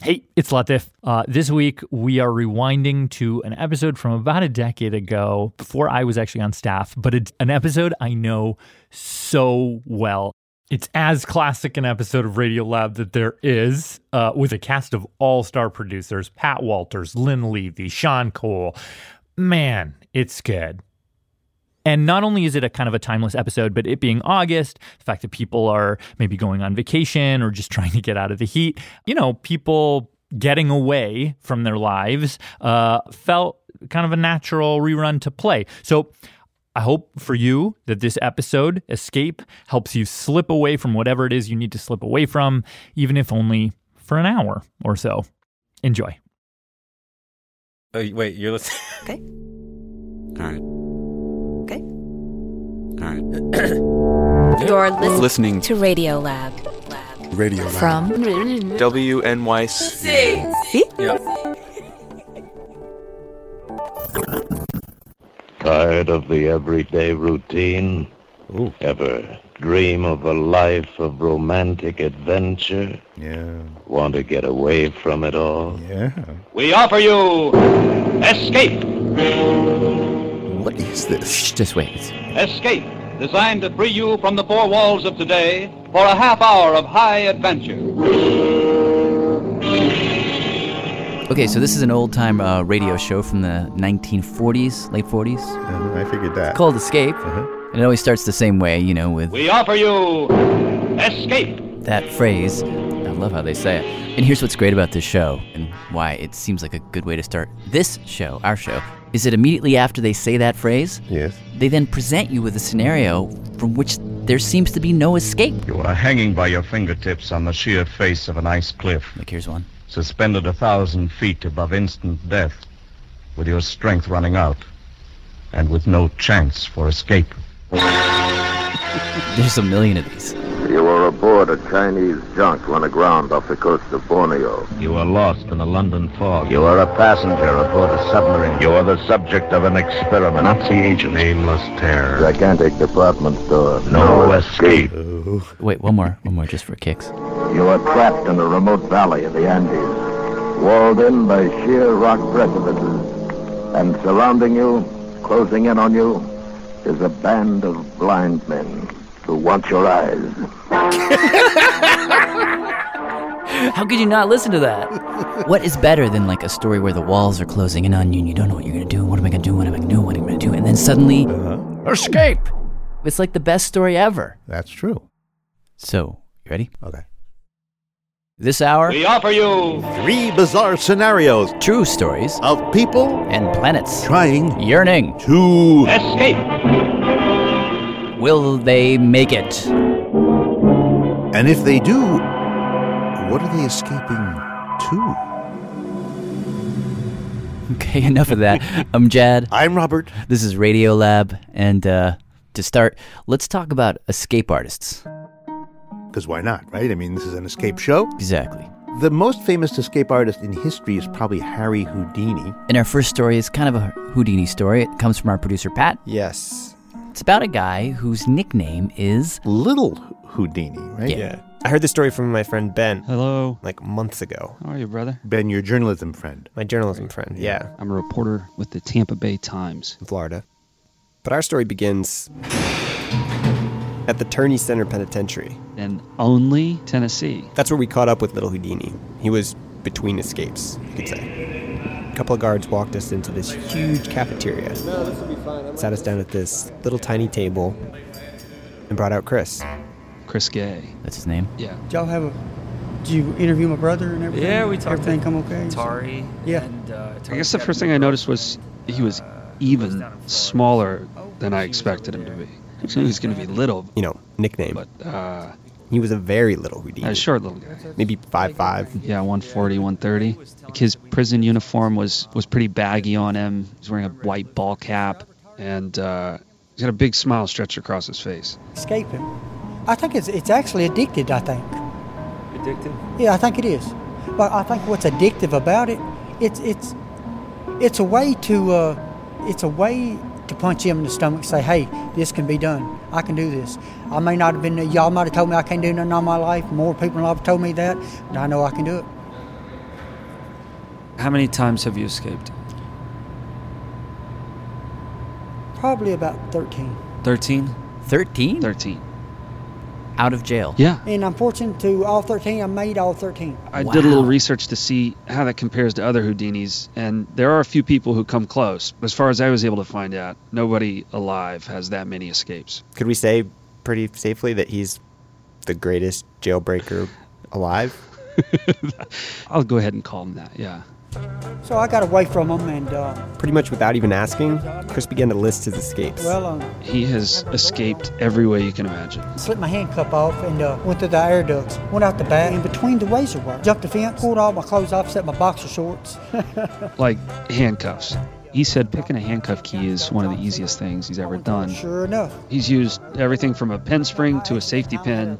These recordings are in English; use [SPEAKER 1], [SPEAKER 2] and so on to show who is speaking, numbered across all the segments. [SPEAKER 1] Hey, it's Latif. Uh, this week, we are rewinding to an episode from about a decade ago, before I was actually on staff, but it's an episode I know so well. It's as classic an episode of Radio Lab that there is, uh, with a cast of all star producers Pat Walters, Lynn Levy, Sean Cole. Man, it's good. And not only is it a kind of a timeless episode, but it being August, the fact that people are maybe going on vacation or just trying to get out of the heat, you know, people getting away from their lives uh, felt kind of a natural rerun to play. So, I hope for you that this episode, Escape, helps you slip away from whatever it is you need to slip away from, even if only for an hour or so. Enjoy.
[SPEAKER 2] Oh, wait, you're listening.
[SPEAKER 3] Okay.
[SPEAKER 4] All right.
[SPEAKER 3] Okay.
[SPEAKER 4] All right.
[SPEAKER 3] You're listening,
[SPEAKER 4] Listening
[SPEAKER 3] to Radio Lab.
[SPEAKER 4] radio.
[SPEAKER 5] From
[SPEAKER 4] WNYC.
[SPEAKER 3] See?
[SPEAKER 6] Tired of the everyday routine? Ever dream of a life of romantic adventure? Yeah. Want to get away from it all?
[SPEAKER 7] We offer you Escape.
[SPEAKER 8] What is this?
[SPEAKER 9] Just wait.
[SPEAKER 7] Escape, designed to free you from the four walls of today for a half hour of high adventure.
[SPEAKER 9] Okay, so this is an old time uh, radio show from the 1940s, late 40s.
[SPEAKER 8] Uh, I figured that. Uh-huh.
[SPEAKER 9] Called Escape. And it always starts the same way, you know, with
[SPEAKER 7] We offer you Escape.
[SPEAKER 9] that phrase. I love how they say it. And here's what's great about this show and why it seems like a good way to start this show, our show, is that immediately after they say that phrase,
[SPEAKER 8] Yes.
[SPEAKER 9] they then present you with a scenario from which there seems to be no escape.
[SPEAKER 6] You are hanging by your fingertips on the sheer face of an ice cliff,
[SPEAKER 9] Like, here's one.
[SPEAKER 6] suspended a thousand feet above instant death, with your strength running out, and with no chance for escape.
[SPEAKER 9] There's a million of these.
[SPEAKER 6] You were aboard a Chinese junk when aground off the coast of Borneo. You were lost in a London fog. You were a passenger aboard a submarine. You were the subject of an experiment. Nazi agent. Nameless terror. Gigantic department store. No, escape.
[SPEAKER 8] Oh.
[SPEAKER 9] Wait, one more. One more just for kicks.
[SPEAKER 6] You were trapped in a remote valley in the Andes, walled in by sheer rock precipices. And surrounding you, closing in on you, is a band of blind men who want your eyes.
[SPEAKER 9] How could you not listen to that? what is better than like a story where the walls are closing in on you and you don't know what you're gonna do? What am I gonna do? What am I gonna do? What am I gonna do? And then suddenly, escape! It's like the best story ever.
[SPEAKER 8] Uh-huh. That's true.
[SPEAKER 9] So, you ready?
[SPEAKER 8] Okay.
[SPEAKER 9] This hour,
[SPEAKER 7] We offer you
[SPEAKER 8] Three bizarre scenarios
[SPEAKER 9] true stories
[SPEAKER 8] of people
[SPEAKER 9] and planets
[SPEAKER 8] trying
[SPEAKER 9] yearning.
[SPEAKER 8] to.
[SPEAKER 7] Escape.
[SPEAKER 9] Will they make it?
[SPEAKER 8] And if they do, what are they escaping to?
[SPEAKER 9] Okay, enough of that. I'm Jad.
[SPEAKER 8] I'm Robert.
[SPEAKER 9] This is Radio Lab, and uh, to start, let's talk about escape artists.
[SPEAKER 8] Because why not, right? I mean, this is an escape show.
[SPEAKER 9] Exactly.
[SPEAKER 8] The most famous escape artist in history is probably Harry Houdini.
[SPEAKER 9] And our first story is kind of a Houdini story. It comes from our producer Pat.
[SPEAKER 8] Yes.
[SPEAKER 9] It's about a guy whose nickname is
[SPEAKER 8] Little Houdini, right?
[SPEAKER 9] Yeah.
[SPEAKER 10] I heard this story from my friend Ben
[SPEAKER 4] Hello.
[SPEAKER 10] like months ago.
[SPEAKER 4] How are you, brother?
[SPEAKER 8] Ben, your journalism friend.
[SPEAKER 10] My journalism friend, yeah,
[SPEAKER 4] I'm a reporter with the Tampa Bay Times.
[SPEAKER 10] in Florida. But our story begins at the Turney Center Penitentiary.
[SPEAKER 4] And only Tennessee.
[SPEAKER 10] That's where we caught up with Little Houdini. He was between escapes, you could say. A couple of guards walked us into this huge cafeteria.
[SPEAKER 11] No, this will be fine. I'm
[SPEAKER 10] Sat us down at this little tiny table and brought out Chris.
[SPEAKER 12] Chris Gay.
[SPEAKER 9] That's his name?
[SPEAKER 12] Yeah.
[SPEAKER 11] Did y'all have a? Did you interview my brother and everything?
[SPEAKER 13] Yeah, we talked
[SPEAKER 11] Everything
[SPEAKER 13] to
[SPEAKER 11] come okay?
[SPEAKER 13] Tari.
[SPEAKER 11] Yeah.
[SPEAKER 13] And, uh,
[SPEAKER 12] I guess the first thing I noticed was he was even smaller than
[SPEAKER 13] Oh,
[SPEAKER 12] I expected him to be. So he was going to be little.
[SPEAKER 10] You know, nickname.
[SPEAKER 12] But, uh,
[SPEAKER 10] he was a very little Houdini.
[SPEAKER 12] A short little guy.
[SPEAKER 10] Maybe Five, five.
[SPEAKER 12] Yeah, 140, 130. Like his prison uniform was, was pretty baggy on him. He's wearing a white ball cap, and uh, he's got a big smile stretched across his face.
[SPEAKER 11] Escaping. I think it's it's actually addicted. I think.
[SPEAKER 13] Addicted.
[SPEAKER 11] Yeah, I think it is. But I think what's addictive about it, it's it's it's a way to uh, it's a way to punch him in the stomach. and Say, hey, this can be done. I can do this. I may not have been. Y'all might have told me I can't do nothing all my life. More people in life have told me that, but I know I can do it.
[SPEAKER 13] How many times have you escaped?
[SPEAKER 11] Probably about thirteen.
[SPEAKER 13] 13?
[SPEAKER 9] 13?
[SPEAKER 12] 13.
[SPEAKER 9] Out of jail.
[SPEAKER 12] Yeah.
[SPEAKER 11] And I'm fortunate to all thirteen. I made all thirteen.
[SPEAKER 12] I did a little research to see how that compares to other Houdinis, and there are a few people who come close. As far as I was able to find out, nobody alive has that many escapes.
[SPEAKER 10] Could we say pretty safely that he's the greatest jailbreaker alive?
[SPEAKER 12] I'll go ahead and call him that, yeah.
[SPEAKER 11] So I got away from him, and uh,
[SPEAKER 10] Pretty much without even asking, Chris began to list his escapes.
[SPEAKER 11] well, um,
[SPEAKER 12] He has escaped every way you can imagine.
[SPEAKER 11] Slipped my handcuff off and uh, went through the air ducts. Went out the back in between the razor wire. Jumped the fence, pulled all my clothes off, set my boxer shorts.
[SPEAKER 12] Like handcuffs. He said picking a handcuff key is one of the easiest things he's ever done.
[SPEAKER 11] sure enough,
[SPEAKER 12] He's used everything from a pen spring to a safety pin,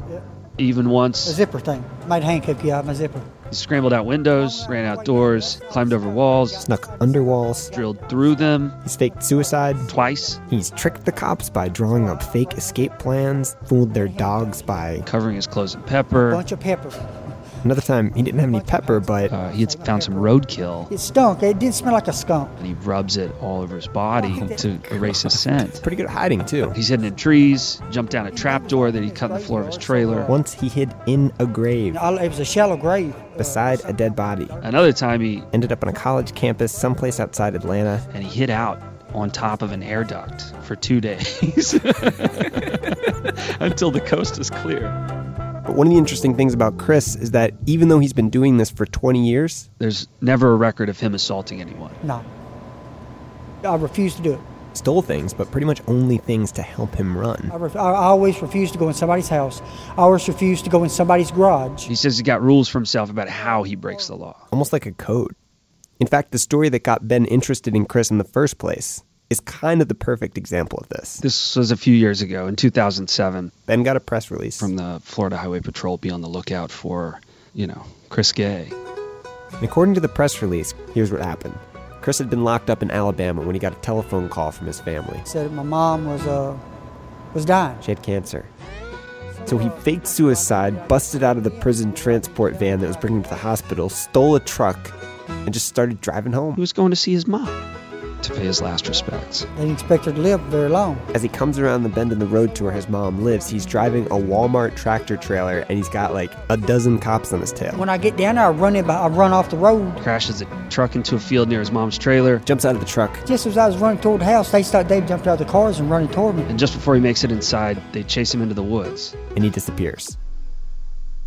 [SPEAKER 12] even
[SPEAKER 11] a
[SPEAKER 12] once
[SPEAKER 11] zipper thing. Made a handcuff you out of my zipper.
[SPEAKER 12] He scrambled out windows, ran out doors, climbed over walls,
[SPEAKER 10] snuck under walls,
[SPEAKER 12] drilled through them.
[SPEAKER 10] He's faked suicide
[SPEAKER 12] twice.
[SPEAKER 10] He's tricked the cops by drawing up fake escape plans, fooled their dogs by
[SPEAKER 12] covering his clothes in pepper.
[SPEAKER 11] Bunch of pepper.
[SPEAKER 10] Another time, he didn't have any pepper, but
[SPEAKER 12] uh, he had found some roadkill
[SPEAKER 11] It stunk. It didn't smell like a skunk.
[SPEAKER 12] and he rubs it all over his body to erase his scent.
[SPEAKER 10] Pretty good at hiding, too.
[SPEAKER 12] He's hidden in trees, jumped down a trapdoor that he cut in the floor of his trailer.
[SPEAKER 10] Once he hid in a
[SPEAKER 11] And
[SPEAKER 10] grave
[SPEAKER 11] all- It was a shallow grave.
[SPEAKER 10] beside a dead body.
[SPEAKER 12] Another time he
[SPEAKER 10] Ended up on a college campus someplace outside Atlanta.
[SPEAKER 12] and he hid out on top of an air duct for two days until the coast is clear.
[SPEAKER 10] But one of the interesting things about Chris is that even though he's been doing this for 20 years,
[SPEAKER 12] There's never a record of him assaulting anyone.
[SPEAKER 11] No. I refused to do it.
[SPEAKER 10] stole things, but pretty much only things to help him run.
[SPEAKER 11] I, ref- I I always refused to go in somebody's house. I always refused to go in somebody's garage.
[SPEAKER 12] He says he got rules for himself about how he breaks the law.
[SPEAKER 10] almost like a code. In fact, the story that got Ben interested in Chris in the first place is kind of the perfect example of this.
[SPEAKER 12] This was a few years ago in 2007.
[SPEAKER 10] Ben got a press release
[SPEAKER 12] from the Florida Highway Patrol. Be on the lookout for, you know, Chris Gay.
[SPEAKER 10] And according to the press release, here's what happened. Chris had been locked up in Alabama when he got a telephone call from his family.
[SPEAKER 11] Said my mom was uh was dying.
[SPEAKER 10] She had cancer. So he faked suicide, busted out of the prison transport van that was bringing him to the hospital, stole a truck, and just started driving home.
[SPEAKER 12] He was going to see his mom to pay his last respects.
[SPEAKER 11] They didn't expect her to live very long.
[SPEAKER 10] As he comes around the bend in the road to where his mom lives, he's driving a Walmart tractor trailer and he's got like a dozen cops on his tail.
[SPEAKER 11] When I get down there, I run in, by, I run off the road.
[SPEAKER 12] Crashes a truck into a field near his mom's trailer.
[SPEAKER 10] Jumps out of the truck.
[SPEAKER 11] Just as I was running toward the house, they started. They jumped out of the cars and running toward me.
[SPEAKER 12] And just before he makes it inside, they chase him into the woods.
[SPEAKER 10] And he disappears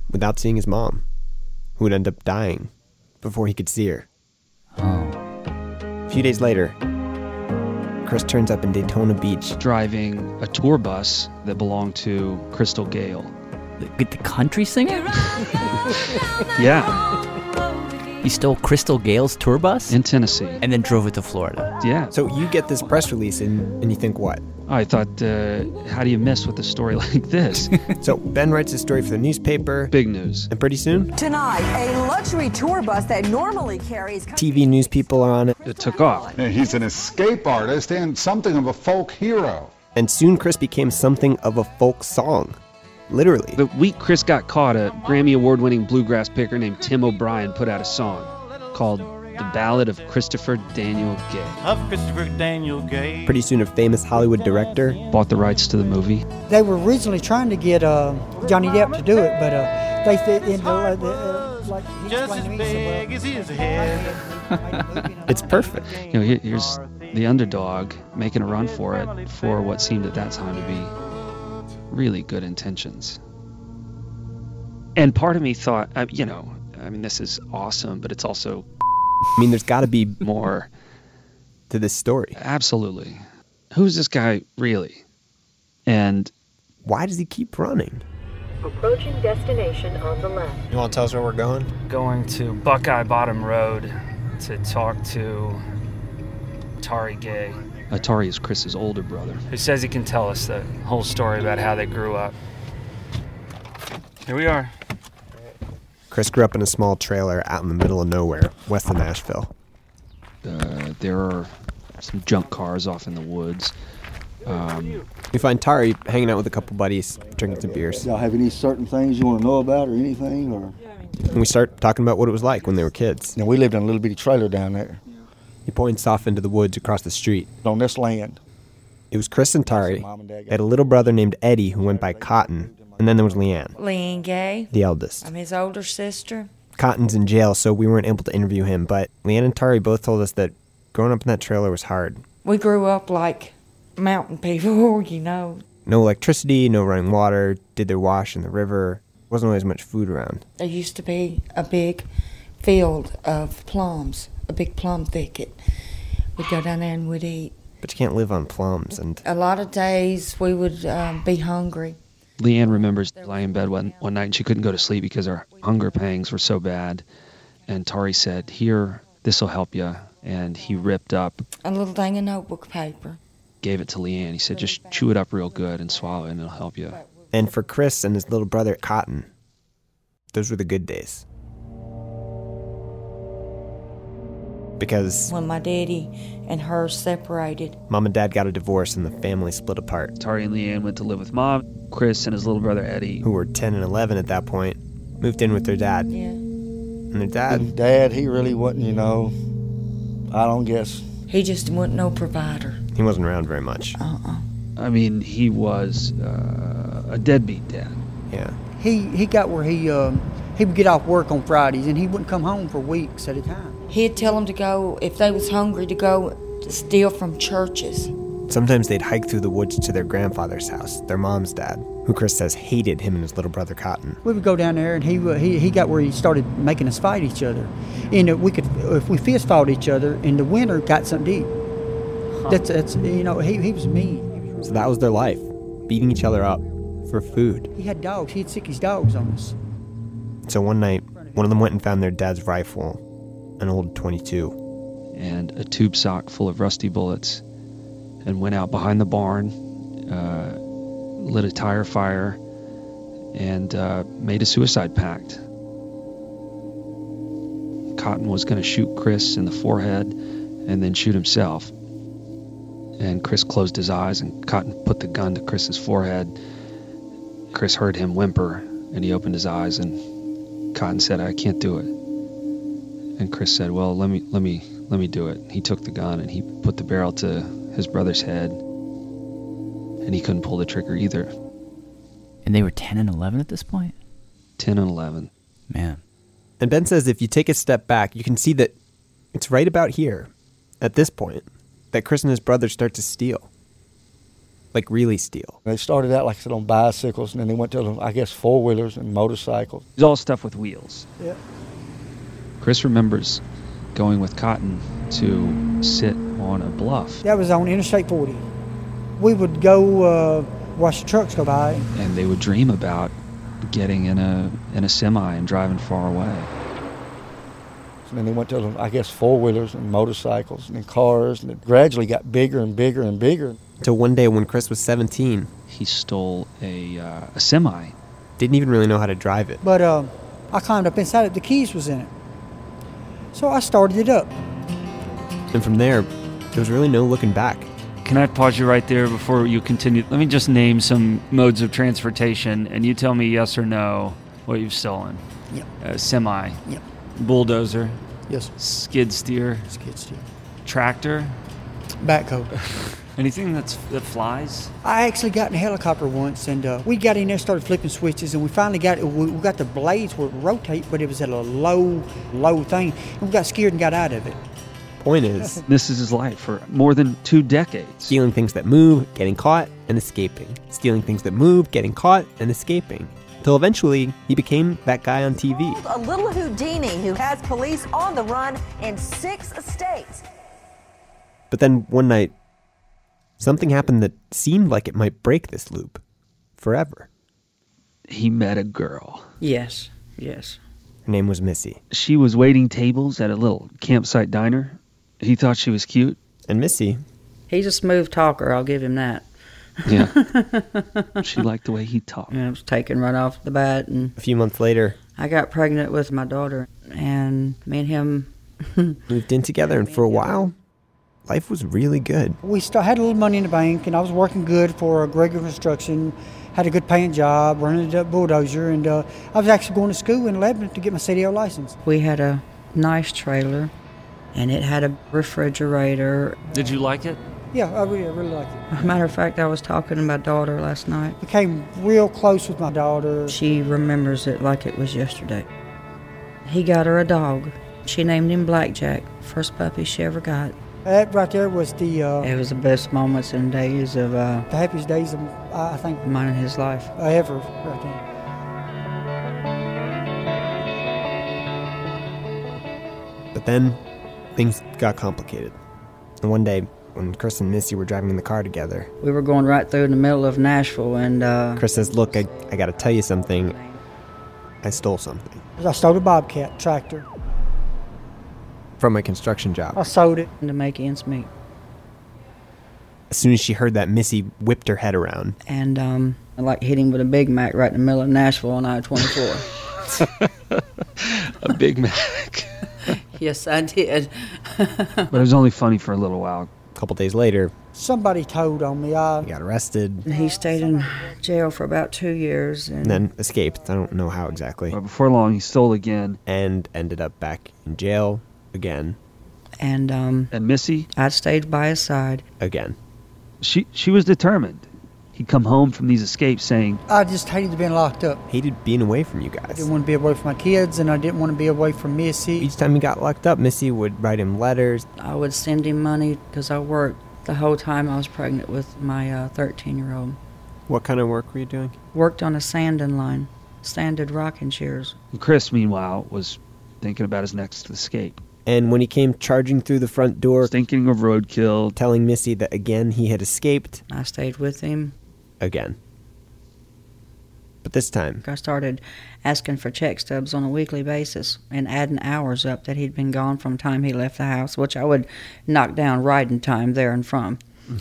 [SPEAKER 10] without seeing his mom, who would end up dying before he could see her.
[SPEAKER 11] Oh.
[SPEAKER 10] A few days later, Chris turns up in Daytona Beach.
[SPEAKER 12] Driving a tour bus that belonged to Crystal Gale.
[SPEAKER 9] The, the country singer?
[SPEAKER 12] Yeah,
[SPEAKER 9] He stole Crystal Gale's tour bus
[SPEAKER 12] in Tennessee
[SPEAKER 9] and then drove it to Florida.
[SPEAKER 12] yeah.
[SPEAKER 10] So you get this press release and, and you think, what?
[SPEAKER 12] I thought, uh, how do you mess with a story like this?
[SPEAKER 10] so Ben writes his story for the newspaper.
[SPEAKER 12] Big news.
[SPEAKER 10] And pretty soon,
[SPEAKER 14] Tonight, a luxury tour bus that normally carries.
[SPEAKER 10] TV news people are on it.
[SPEAKER 12] It took off.
[SPEAKER 4] He's an escape artist and something of a folk hero.
[SPEAKER 10] And soon Chris became something of a folk song. Literally.
[SPEAKER 12] The week Chris got caught, a Grammy award winning bluegrass picker named Tim O'Brien put out a song called The Ballad of Christopher Daniel Gay.
[SPEAKER 2] Of Christopher Daniel Gay.
[SPEAKER 10] Pretty soon, a famous Hollywood director
[SPEAKER 12] bought the rights to the movie.
[SPEAKER 11] They were originally trying to get uh, Johnny Depp to do it, but uh, they th- in the, uh, the, uh, like he
[SPEAKER 2] Just
[SPEAKER 11] explained
[SPEAKER 2] as
[SPEAKER 11] to me, he said,
[SPEAKER 2] big as his head.
[SPEAKER 10] it's perfect.
[SPEAKER 12] You know, here- here's the underdog making a run for it for what seemed at that time to be really good intentions. And part of me thought, uh, you know, I mean, this is awesome, but it's also
[SPEAKER 10] I mean, there's got to be
[SPEAKER 12] more
[SPEAKER 10] to this story.
[SPEAKER 12] Absolutely. Who's this guy really? And
[SPEAKER 10] why does he keep running?
[SPEAKER 5] Approaching destination on the left.
[SPEAKER 10] You want to tell us where we're going?
[SPEAKER 15] Going to Buckeye Bottom Road to talk to Tari Gay,
[SPEAKER 12] Atari is Chris's older brother.
[SPEAKER 15] who says he can tell us the whole story about how they grew up. Here we are.
[SPEAKER 10] Chris grew up in a small trailer out in the middle of nowhere, west of Nashville.
[SPEAKER 12] Uh, there are some junk cars off in the woods. Um,
[SPEAKER 10] We find Tari hanging out with a couple buddies, drinking some beers.
[SPEAKER 16] Y'all have any certain things you want to know about or anything? Or
[SPEAKER 10] And we start talking about what it was like when they were kids.
[SPEAKER 16] Now, we lived in a little bitty trailer down there.
[SPEAKER 10] He points off into the woods across the street.
[SPEAKER 16] On this land.
[SPEAKER 10] It was Chris and Tari.
[SPEAKER 16] Mom and Dad
[SPEAKER 10] They had a little brother named Eddie who went by Cotton. And then there was Leanne.
[SPEAKER 17] Leanne Gay.
[SPEAKER 10] The eldest.
[SPEAKER 17] I'm his older sister.
[SPEAKER 10] Cotton's in jail, so we weren't able to interview him. But Leanne and Tari both told us that growing up in that trailer was hard.
[SPEAKER 17] We grew up like mountain people, you know.
[SPEAKER 10] No electricity, no running water, did their wash in the river. Wasn't always much food around.
[SPEAKER 17] There used to be a big field of plums, a big plum thicket. We'd go down there and we'd eat.
[SPEAKER 10] But you can't live on plums. And
[SPEAKER 17] A lot of days we would um, be hungry.
[SPEAKER 12] Leanne remembers lying in bed one, one night and she couldn't go to sleep because her hunger pangs were so bad. And Tari said, Here, this will help you. And he ripped up,
[SPEAKER 17] A little thing of notebook paper.
[SPEAKER 12] gave it to Leanne. He said, Just chew it up real good and swallow it, and it'll help you.
[SPEAKER 10] and for Chris and his little brother Cotton, those were the good days. Because
[SPEAKER 17] When my daddy and her separated,
[SPEAKER 10] mom and dad got a divorce and the family split apart.
[SPEAKER 12] Tari and Leanne went to live with mom. Chris and his little brother Eddie,
[SPEAKER 10] who were 10 and 11 at that point, moved in with their dad.
[SPEAKER 17] Yeah.
[SPEAKER 10] And their dad,
[SPEAKER 16] His dad, he really wasn't, you know, I don't guess.
[SPEAKER 17] he just wasn't no provider.
[SPEAKER 10] he wasn't around very much.
[SPEAKER 17] Uh-uh.
[SPEAKER 12] I mean, he was uh, a deadbeat dad.
[SPEAKER 10] Yeah.
[SPEAKER 11] He he got where he um, he would get off work on Fridays and he wouldn't come home for weeks at a time.
[SPEAKER 17] He'd tell them to go, if they was hungry, to go to steal from churches.
[SPEAKER 10] Sometimes they'd hike through the woods to their grandfather's house, their mom's dad, who Chris says hated him and his little brother Cotton.
[SPEAKER 11] We would go down there and he wa- he, he got where he started making us fight each other, and if we could if we fist fought each other in the winter got something to eat. That's that's you know he he was mean.
[SPEAKER 10] So that was their life, beating each other up for food.
[SPEAKER 11] He had dogs. He'd sick his dogs on us.
[SPEAKER 10] So one night, one of them went and found their dad's rifle, an old 22.
[SPEAKER 12] and a tube sock full of rusty bullets and went out behind the barn, uh, lit a tire fire, and uh, made a suicide pact. Cotton was going to shoot Chris in the forehead and then shoot himself. And Chris closed his eyes, and Cotton put the gun to Chris's forehead. Chris heard him whimper, and he opened his eyes, and Cotton said, "I can't do it." And Chris said, "Well, let me, let me, let me do it." He took the gun and he put the barrel to his brother's head, and he couldn't pull the trigger either.
[SPEAKER 9] And they were 10 and 11 at this point?
[SPEAKER 12] Ten and eleven.
[SPEAKER 9] Man.
[SPEAKER 10] And Ben says if you take a step back, you can see that it's right about here, at this point, that Chris and his brother start to steal. Like, really steal.
[SPEAKER 16] They started out, like I said, on bicycles, and then they went to, I guess, four wheelers and motorcycles.
[SPEAKER 12] It's all stuff with wheels.
[SPEAKER 11] Yeah.
[SPEAKER 12] Chris remembers going with Cotton to sit on a bluff,
[SPEAKER 11] That was on Interstate 40. We would go uh, watch the trucks go by.
[SPEAKER 12] and they would dream about getting in a in a semi and driving far away.
[SPEAKER 16] And then they went to, I guess, four wheelers and motorcycles and then cars, and it gradually got bigger and bigger and bigger.
[SPEAKER 10] Till one day when Chris was 17,
[SPEAKER 12] he stole a, uh, a semi.
[SPEAKER 10] Didn't even really know how to drive it.
[SPEAKER 11] But um, I climbed up inside it. The keys was in it. So I started it up.
[SPEAKER 10] And from there, there was really no looking back.
[SPEAKER 18] Can I pause you right there before you continue? Let me just name some modes of transportation, and you tell me yes or no what you've stolen.
[SPEAKER 11] Yep.
[SPEAKER 18] Uh, semi.
[SPEAKER 11] Yep.
[SPEAKER 18] Bulldozer.
[SPEAKER 11] Yes.
[SPEAKER 18] Skid steer.
[SPEAKER 11] Skid steer.
[SPEAKER 18] Tractor.
[SPEAKER 11] Backhoe.
[SPEAKER 13] Anything that's that flies?
[SPEAKER 11] I actually got in a helicopter once, and uh, we got in there, started flipping switches, and we finally got we, we got the blades where it rotate, but it was at a low, low thing, and we got scared and got out of it.
[SPEAKER 10] Point is,
[SPEAKER 12] this is his life for more than two decades.
[SPEAKER 10] Stealing things that move, getting caught, and escaping. Stealing things that move, getting caught, and escaping. Till eventually, he became that guy on TV.
[SPEAKER 14] A little Houdini who has police on the run in six states.
[SPEAKER 10] But then one night, something happened that seemed like it might break this loop forever.
[SPEAKER 12] He met a girl.
[SPEAKER 19] Yes, yes.
[SPEAKER 10] Her name was Missy.
[SPEAKER 12] She was waiting tables at a little campsite diner. He thought she was cute.
[SPEAKER 10] And Missy,
[SPEAKER 19] He's a smooth talker, I'll give him that.
[SPEAKER 12] Yeah. she liked the way he talked.
[SPEAKER 19] And I was taken right off the bat, and
[SPEAKER 10] a few months later,
[SPEAKER 19] I got pregnant with my daughter, and me and him,
[SPEAKER 10] moved in together, and for a while, life was really good.
[SPEAKER 11] We still had a little money in the bank, and I was working good for uh, Gregor Construction. Had a good paying job, running a bulldozer, and uh, I was actually going to school in Lebanon to get my CDL license.
[SPEAKER 19] we had a nice trailer, and it had a refrigerator.
[SPEAKER 13] Did you like it?
[SPEAKER 11] Yeah, I really, I really liked it.
[SPEAKER 19] Matter of fact, I was talking to my daughter last night.
[SPEAKER 11] Became real close with my daughter.
[SPEAKER 19] She remembers it like it was yesterday. He got her a dog. She named him Blackjack. First puppy she ever got.
[SPEAKER 11] That right there was the uh,
[SPEAKER 19] It was the best moments and days of uh,
[SPEAKER 11] the happiest days of I I think
[SPEAKER 19] mine and his life.
[SPEAKER 11] I ever right there.
[SPEAKER 10] But then things got complicated. And one day, when Chris and Missy were driving in the car together,
[SPEAKER 19] We were going right through the middle of Nashville, and uh,
[SPEAKER 10] Chris says, Look, I, I gotta tell you something. I stole something
[SPEAKER 11] I sold a Bobcat tractor.
[SPEAKER 10] from my construction job.
[SPEAKER 11] I sold it.
[SPEAKER 19] to make ends meet.
[SPEAKER 10] As soon as she heard that, Missy whipped her head around.
[SPEAKER 19] And um, I like hit him with a Big Mac right in the middle of Nashville on I 24.
[SPEAKER 12] A Big Mac.
[SPEAKER 19] yes, I did.
[SPEAKER 12] but it was only funny for a little while.
[SPEAKER 10] A couple days later,
[SPEAKER 11] Somebody told on me. I
[SPEAKER 10] got arrested
[SPEAKER 19] He stayed in jail for about two years, and
[SPEAKER 10] and then escaped. I don't know how exactly.
[SPEAKER 12] But before long, he stole again.
[SPEAKER 10] And ended up back in jail again,
[SPEAKER 19] and um,
[SPEAKER 12] And Missy,
[SPEAKER 19] I stayed by his side.
[SPEAKER 10] again.
[SPEAKER 12] she she was determined. He'd come home from these escapes saying, "Uh,
[SPEAKER 11] I just hated being locked up.
[SPEAKER 10] Hated being away from you
[SPEAKER 11] I
[SPEAKER 10] guys.
[SPEAKER 11] didn't want to be away from my kids, and I didn't want to be away from Missy.
[SPEAKER 10] Each time he got locked up, Missy would write him letters.
[SPEAKER 19] I would send him money because I worked the whole time I was pregnant with my 13 year old.
[SPEAKER 10] What kind of work were you doing?
[SPEAKER 19] Worked on a sanding line, sanded rocking chairs.
[SPEAKER 12] And Chris, meanwhile, was thinking about his next escape,
[SPEAKER 10] And when he came charging through the front door,
[SPEAKER 12] thinking of roadkill.
[SPEAKER 10] telling Missy that again he had escaped
[SPEAKER 19] I stayed with him.
[SPEAKER 10] again. But this time,
[SPEAKER 19] I started asking for check stubs on a weekly basis and adding hours up that he'd been gone from time he left the house, which I would knock down riding time there and from.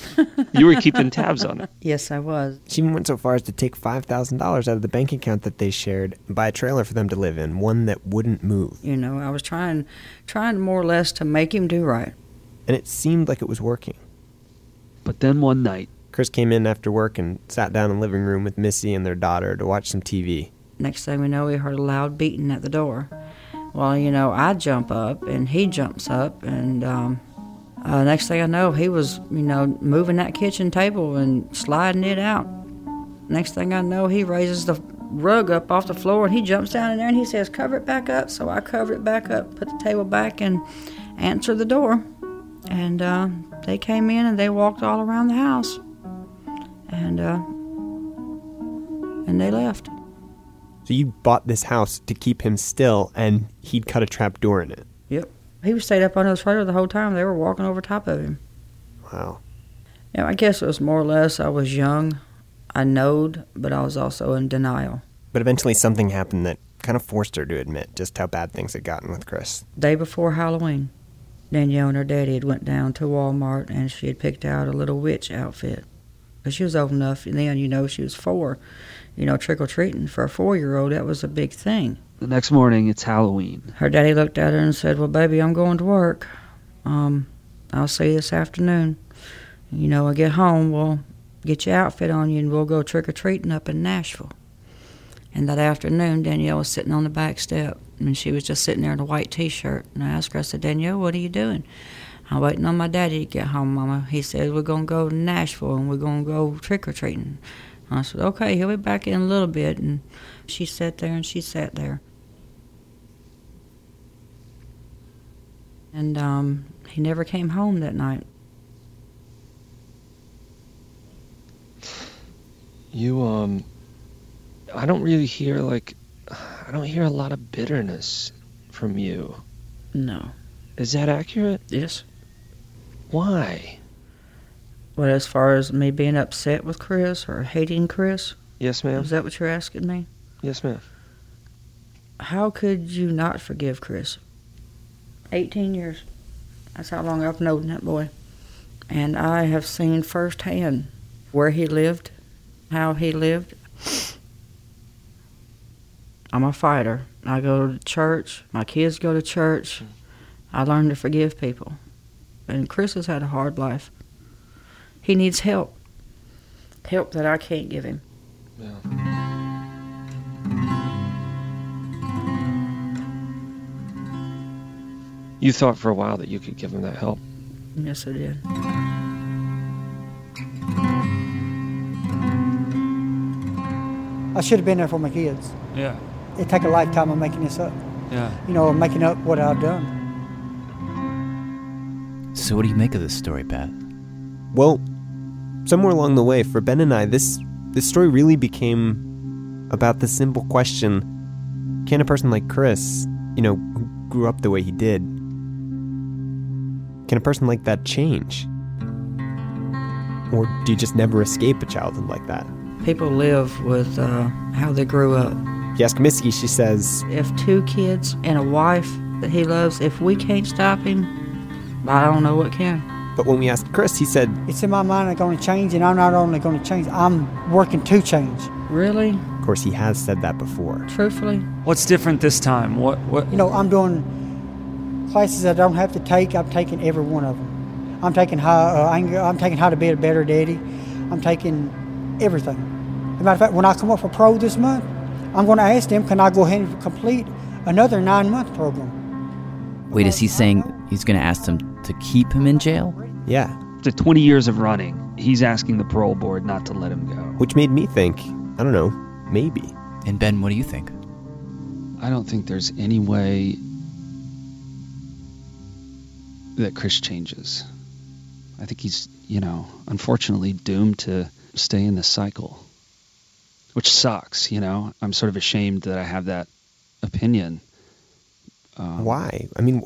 [SPEAKER 12] You were keeping tabs on it.
[SPEAKER 19] Yes, I was.
[SPEAKER 10] she even went so far as to take $5,000 out of the bank account that they shared and buy a trailer for them to live in, one that wouldn't move.
[SPEAKER 19] You know, I was trying, trying more or less to make him do right.
[SPEAKER 10] And it seemed like it was working.
[SPEAKER 12] But then one night,
[SPEAKER 10] Chris came in after work and sat down in the living room with Missy and their daughter to watch some TV.
[SPEAKER 19] Next thing we know, we heard a loud beating at the door. Well, you know, I jump up and he jumps up, and um, uh, next thing I know, he was, you know, moving that kitchen table and sliding it out. Next thing I know, he raises the rug up off the floor and he jumps down in there and he says, Cover it back up. So I covered it back up, put the table back, and answered the door. And uh, they came in and they walked all around the house. And, uh, and they left.
[SPEAKER 10] So you bought this house to keep him still, and he'd cut a trap door in it.
[SPEAKER 19] Yep. He was stayed up on his trailer the whole time. They were walking over top of him.
[SPEAKER 10] Wow.
[SPEAKER 19] Yeah, I guess it was more or less I was young. I knowed, but I was also in denial.
[SPEAKER 10] But eventually something happened that kind of forced her to admit just how bad things had gotten with Chris.
[SPEAKER 19] Day before Halloween, Danielle and her daddy had went down to Walmart and she had picked out a little witch outfit. 'Cause she was old enough, and then, you know, she was four. You know, trick or treating for a four year old, that was a big thing.
[SPEAKER 12] the next morning, it's Halloween.
[SPEAKER 19] Her daddy looked at her and said, Well, baby, I'm going to work. Um, I'll see you this afternoon. You know, I get home, we'll get your outfit on you and we'll go trick or treating up in Nashville. And that afternoon, Danielle was sitting on the back step and she was just sitting there in a white t shirt. And I asked her, I said, Danielle, what are you doing? I'm waiting on my daddy to get home, Mama. He says we're gonna go to Nashville and we're gonna go trick or treating. I said, okay, he'll be back in a little bit. And she sat there and she sat there. And um, he never came home that night.
[SPEAKER 12] You um I don't really hear like I don't hear a lot of bitterness from you.
[SPEAKER 19] No.
[SPEAKER 12] Is that accurate?
[SPEAKER 19] Yes.
[SPEAKER 12] Why?
[SPEAKER 19] But as far as me being upset with Chris or hating Chris,
[SPEAKER 12] Yes, ma'am.
[SPEAKER 19] is that what you're asking me?
[SPEAKER 12] Yes, ma'am.
[SPEAKER 19] How could you not forgive Chris? 18 years. That's how long I've known that boy. And I have seen firsthand where he lived, how he lived. I'm a fighter. I go to church. My kids go to church. I learn to forgive people. And Chris has had a hard life. He needs help. Help that I can't give him.
[SPEAKER 12] You thought for a while that you could give him that help.
[SPEAKER 19] Yes, I did.
[SPEAKER 11] I should have been there for my kids.
[SPEAKER 13] Yeah.
[SPEAKER 11] It take a lifetime of making this up.
[SPEAKER 13] Yeah.
[SPEAKER 11] You know, of making up what I've done.
[SPEAKER 10] So, what do you make of this story, Pat? Well, somewhere along the way, for Ben and I, this this story really became about the simple question: Can a person like Chris, you know, who grew up the way he did, can a person like that change, or do you just never escape a childhood like that?
[SPEAKER 19] People live with uh, how they grew up.
[SPEAKER 10] If you ask Misky, she says,
[SPEAKER 19] If two kids and a wife that he loves, if we can't stop him, I don't know what can.
[SPEAKER 10] But when we asked Chris, he said,
[SPEAKER 11] It's in my mind I'm going to change, and I'm not only going to change, I'm working to change.
[SPEAKER 19] Really?
[SPEAKER 10] Of course, he has said that before.
[SPEAKER 19] Truthfully?
[SPEAKER 13] What's different this time? What? What?
[SPEAKER 11] You know, I'm doing classes I don't have to take. I'm taking every one of them. I'm taking how uh, anger. I'm taking how to be a better daddy. I'm taking everything. As a matter of fact, when I come up for pro this month, I'm going to ask them, can I go ahead and complete another nine month program?
[SPEAKER 9] Wait, is he saying he's going to ask them to keep him in jail?
[SPEAKER 10] Yeah.
[SPEAKER 12] After 20 years of running, he's asking the parole board not to let him go.
[SPEAKER 10] which made me think, I don't know, maybe.
[SPEAKER 9] And Ben, what do you think?
[SPEAKER 12] I don't think there's any way that Chris changes. I think he's, you know, unfortunately doomed to stay in this cycle, which sucks, you know. I'm sort of ashamed that I have that opinion. Um,
[SPEAKER 10] Why? I mean,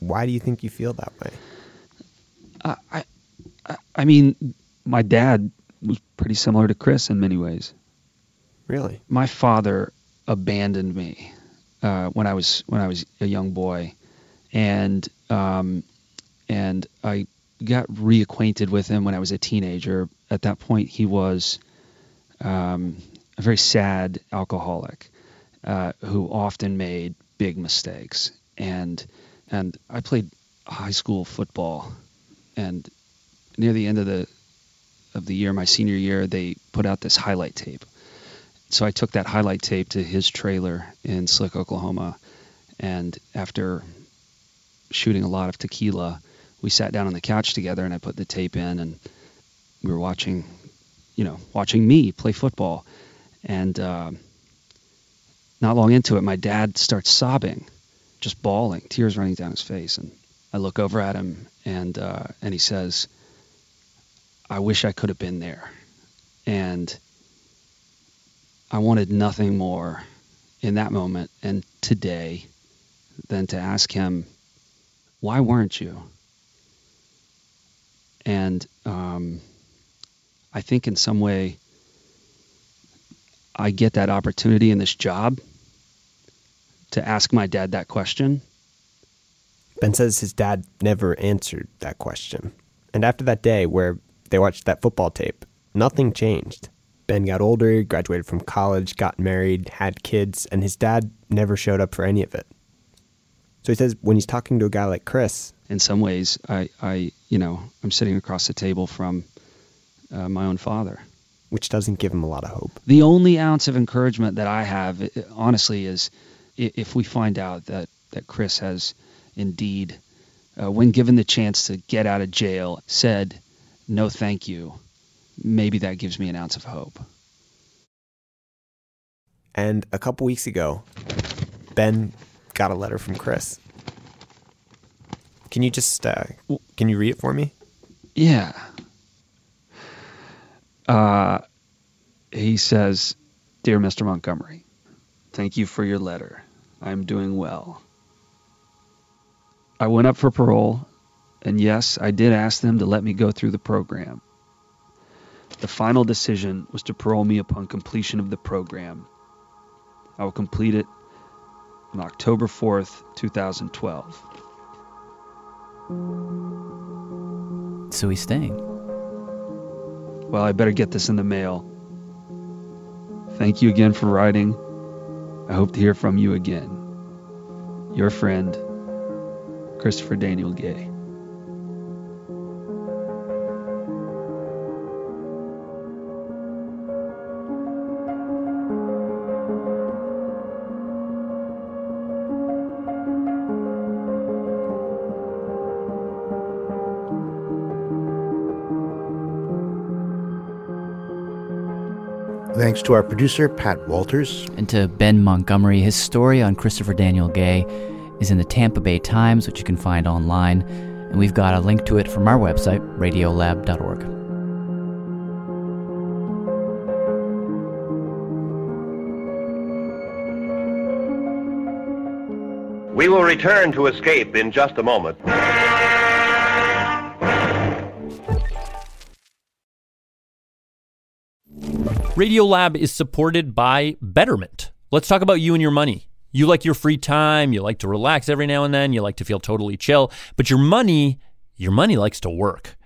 [SPEAKER 10] why do you think you feel that way?
[SPEAKER 12] I, I, I mean, my dad was pretty similar to Chris in many ways.
[SPEAKER 10] Really?
[SPEAKER 12] My father abandoned me uh, when I was when I was a young boy, and um, and I got reacquainted with him when I was a teenager. At that point, he was um, a very sad alcoholic uh, who often made big mistakes, and and I played high school football and near the end of the of the year, my senior year, they put out this highlight tape. So I took that highlight tape to his trailer in Slick, Oklahoma, and after shooting a lot of tequila, we sat down on the couch together, and I put the tape in, and we were watching, you know, watching me play football, and um not long into it, my dad starts sobbing, just bawling, tears running down his face, and I look over at him and uh, and he says, "I wish I could have been there," and I wanted nothing more in that moment and today than to ask him, "Why weren't you?" And um, I think in some way I get that opportunity in this job to ask my dad that question.
[SPEAKER 10] Ben says his dad never answered that question. And after that day where they watched that football tape, nothing changed. Ben got older, graduated from college, got married, had kids, and his dad never showed up for any of it. So he says when he's talking to a guy like Chris,
[SPEAKER 12] in some ways, I, I, you know, I'm sitting across the table from uh, my own father.
[SPEAKER 10] which doesn't give him a lot of hope.
[SPEAKER 12] The only ounce of encouragement that I have, eh, honestly, is i- if we find out that that Chris has indeed uh, when given the chance to get out of jail, said, No, thank you. Maybe that gives me an ounce of hope.
[SPEAKER 10] And a couple weeks ago, Ben got a letter from Chris. Can you just uh, can you read it for me?
[SPEAKER 12] Yeah. Uh, he says, Dear Mr. Montgomery, thank you for your letter. I'm doing well. I went up for parole, and yes, I did ask them to let me go through the program. The final decision was to parole me upon completion of the program. I will complete it on October 4th, 2012.
[SPEAKER 9] So he's staying.
[SPEAKER 12] Well, I better get this in the mail. Thank you again for writing. I hope to hear from you again. Your friend, Christopher Daniel Gay.
[SPEAKER 8] Thanks to our producer, Pat Walters.
[SPEAKER 9] And to Ben Montgomery, his story on Christopher Daniel Gay is in the Tampa Bay Times, which you can find online. And we've got a link to it from our website, radiolab.org.
[SPEAKER 7] We will return to escape in just a moment.
[SPEAKER 20] Radiolab is supported by Betterment. Let's talk about you and your money. You like your free time, you like to relax every now and then, you like to feel totally chill, but your money, your money likes to work.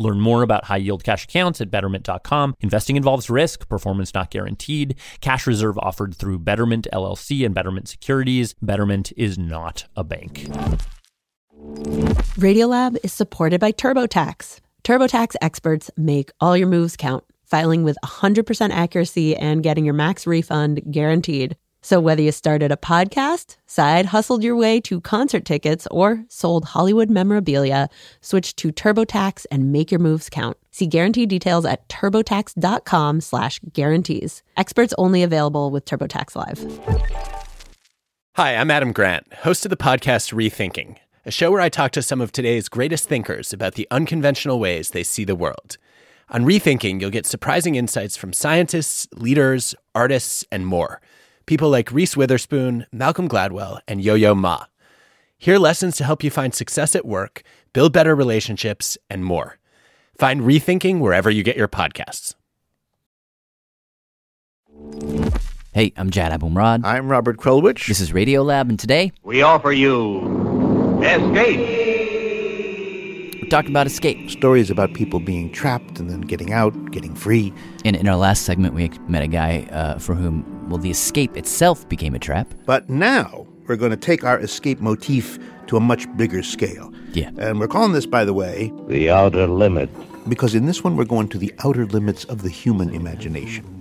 [SPEAKER 20] Learn more about high yield cash accounts at betterment.com. Investing involves risk, performance not guaranteed, cash reserve offered through Betterment LLC and Betterment Securities. Betterment is not a bank.
[SPEAKER 21] Radiolab is supported by TurboTax. TurboTax experts make all your moves count, filing with 100% accuracy and getting your max refund guaranteed. So whether you started a podcast, side hustled your way to concert tickets, or sold Hollywood memorabilia, switch to TurboTax and make your moves count. See guarantee details at turbotax.com/guarantees. slash guarantees. Experts only available with TurboTax Live.
[SPEAKER 22] Hi, I'm Adam Grant, host of the podcast Rethinking, a show where I talk to some of today's greatest thinkers about the unconventional ways they see the world. On Rethinking, you'll get surprising insights from scientists, leaders, artists, and more. People like Reese Witherspoon, Malcolm Gladwell, and Yo Yo Ma. Hear lessons to help you find success at work, build better relationships, and more. Find Rethinking wherever you get your podcasts.
[SPEAKER 9] Hey, I'm Jad Abumrad.
[SPEAKER 22] I'm Robert Krulwich.
[SPEAKER 9] This is Radiolab, and today
[SPEAKER 7] We offer you escape.
[SPEAKER 9] we're talking about escape.
[SPEAKER 8] Stories about people being trapped and then getting out, getting free.
[SPEAKER 9] And in our last segment, we met a guy uh, for whom, well, the escape itself became a trap.
[SPEAKER 8] But now we're going to take our escape motif to a much bigger scale.
[SPEAKER 9] Yeah.
[SPEAKER 8] And we're calling this, by the way,
[SPEAKER 7] The outer limit.
[SPEAKER 8] because in this one we're going to the outer limits of the human imagination.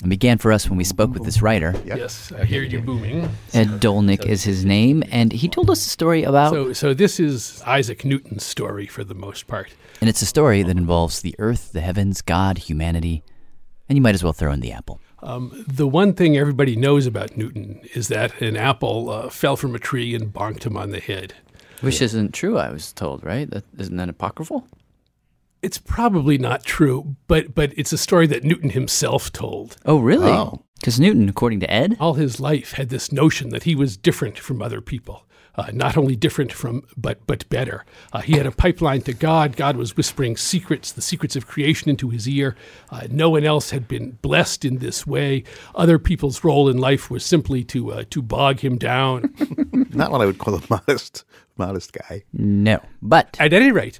[SPEAKER 9] It began for us when we spoke with this writer.
[SPEAKER 23] Yes, I hear you booming.
[SPEAKER 9] Ed Dolnick is his name, and he told us a story about.
[SPEAKER 23] So, so this is Isaac Newton's story for the most part.
[SPEAKER 9] and it's a story that involves the earth, the heavens, God, humanity, and you might as well throw in the apple.
[SPEAKER 23] Um, the one thing everybody knows about Newton is that an apple uh, fell from a tree and bonked him on the head.
[SPEAKER 22] Which
[SPEAKER 23] isn't true, I was told, right? That, isn't that apocryphal? It's probably not true, but but it's a story that Newton himself told.
[SPEAKER 9] Oh, really? Because Newton, according to Ed,
[SPEAKER 23] all his life had this notion that he was different from other people. Uh, not only different from, but but better. Uh, he had a pipeline to God. God was whispering secrets, the secrets of creation, into his ear. Uh, no one else had been blessed in this way. Other people's role in life was simply to uh, to bog him down.
[SPEAKER 8] Not what I would call a modest modest guy.
[SPEAKER 9] No. But
[SPEAKER 23] at any rate,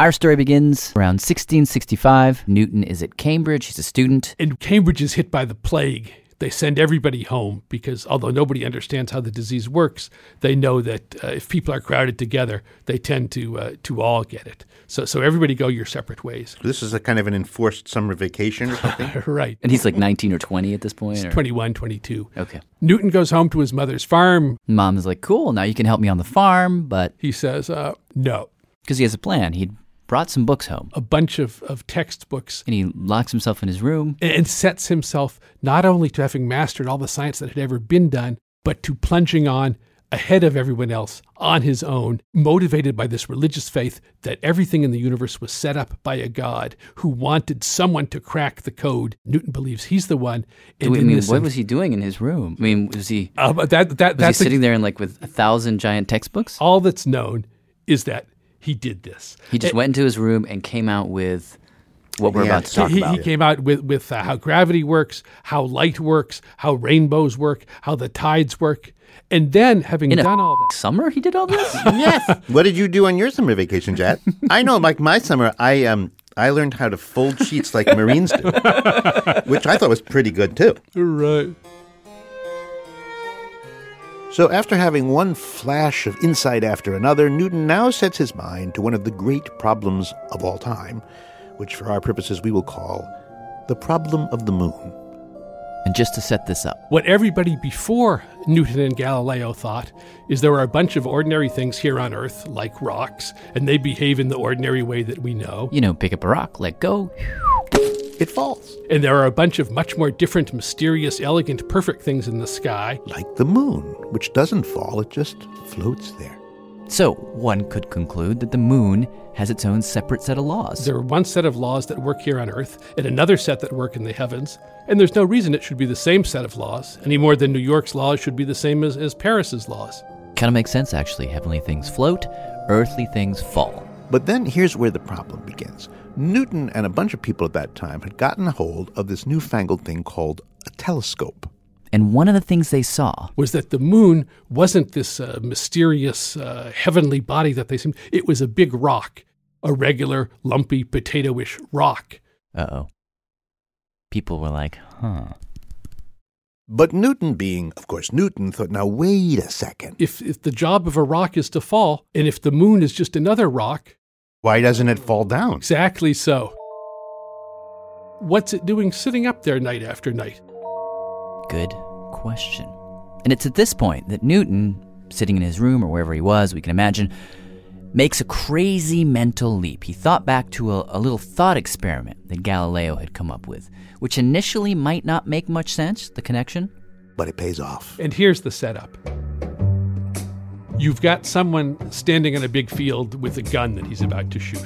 [SPEAKER 9] our story begins around 1665. Newton is at Cambridge. He's a student.
[SPEAKER 23] And Cambridge is hit by the plague. They send everybody home because although nobody understands how the disease works, they know that uh, if people are crowded together, they tend to uh, to all get it. So so everybody go your separate ways.
[SPEAKER 8] This is a kind of an enforced summer vacation or something.
[SPEAKER 23] right.
[SPEAKER 9] And he's like 19 or 20 at this point. or-
[SPEAKER 23] 21, 22.
[SPEAKER 9] Okay.
[SPEAKER 23] Newton goes home to his mother's farm.
[SPEAKER 9] Mom is like, cool, now you can help me on the farm, but.
[SPEAKER 23] He says, uh, no.
[SPEAKER 9] Because he has a plan. He brought some books home.
[SPEAKER 23] A bunch of, of textbooks.
[SPEAKER 9] And he locks himself in his room.
[SPEAKER 23] and sets himself not only to having mastered all the science that had ever been done, but to plunging on ahead of everyone else on his own, motivated by this religious faith that everything in the universe was set up by a god who wanted someone to crack the code. Newton believes he's the one.
[SPEAKER 9] Do we- I mean, what was he doing in his room? I mean, was he.
[SPEAKER 23] Uh, but that,
[SPEAKER 9] was
[SPEAKER 23] that,
[SPEAKER 9] he
[SPEAKER 23] that's a-
[SPEAKER 9] sitting there and like with a thousand giant textbooks?
[SPEAKER 23] All that's known is that he did this.
[SPEAKER 9] He just
[SPEAKER 23] And-
[SPEAKER 9] went into his room and came out with what we're about to talk
[SPEAKER 23] he,
[SPEAKER 9] about.
[SPEAKER 23] He came out with, with uh, how gravity works, how light works, how rainbows work, how the tides work. And then, having
[SPEAKER 9] In a
[SPEAKER 23] done all that.
[SPEAKER 9] Summer, he did all this?
[SPEAKER 8] yes. What did you do on your summer vacation, Jad? I know, like my summer, I um, I learned how to fold sheets like Marines do, which I thought was pretty good too.
[SPEAKER 23] Right.
[SPEAKER 8] So, after having one flash of insight after another, Newton now sets his mind to one of the great problems of all time, which for our purposes we will call the problem of the moon.
[SPEAKER 9] And just to set this up,
[SPEAKER 23] What everybody before Newton and Galileo thought is there are a bunch of ordinary things here on Earth, like rocks, and they behave in the ordinary way that we know.
[SPEAKER 9] you know, pick up a rock, let go.
[SPEAKER 8] It falls.
[SPEAKER 23] And there are a bunch of much more different, mysterious, elegant, perfect things in the sky.
[SPEAKER 8] Like the moon, which doesn't fall, it just floats there.
[SPEAKER 9] So, one could conclude that the moon has its own separate set of laws.
[SPEAKER 23] There are one set of laws that work here on Earth and another set that work in the heavens, and there's no reason it should be the same set of laws, any more than New York's laws should be the same as, as Paris's laws.
[SPEAKER 9] Kind of makes sense, actually. Heavenly things float, earthly things fall.
[SPEAKER 8] But then here's where the problem begins. Newton and a bunch of people at that time had gotten hold of this newfangled thing called a telescope.
[SPEAKER 9] And one of the things they saw
[SPEAKER 23] was that the moon wasn't this uh, mysterious uh, heavenly body that they seemed. It was a big rock, a regular lumpy potato-ish rock.
[SPEAKER 9] Uh oh. People were like, huh.
[SPEAKER 8] But Newton, being, of course, Newton, thought, now wait a second.
[SPEAKER 23] If if the job of a rock is to fall, and if the moon is just another rock,
[SPEAKER 8] Why doesn't it fall down?
[SPEAKER 23] exactly so. What's it doing sitting up there night after night?
[SPEAKER 9] Good question. And it's at this point that Newton, sitting in his room or wherever he was, we can imagine, makes a crazy mental leap. He thought back to a, a little thought experiment that Galileo had come up with, which initially might not make much sense, the connection.
[SPEAKER 8] But it pays off.
[SPEAKER 23] And here's the setup. You've got someone standing on a big field with a gun that he's about to shoot.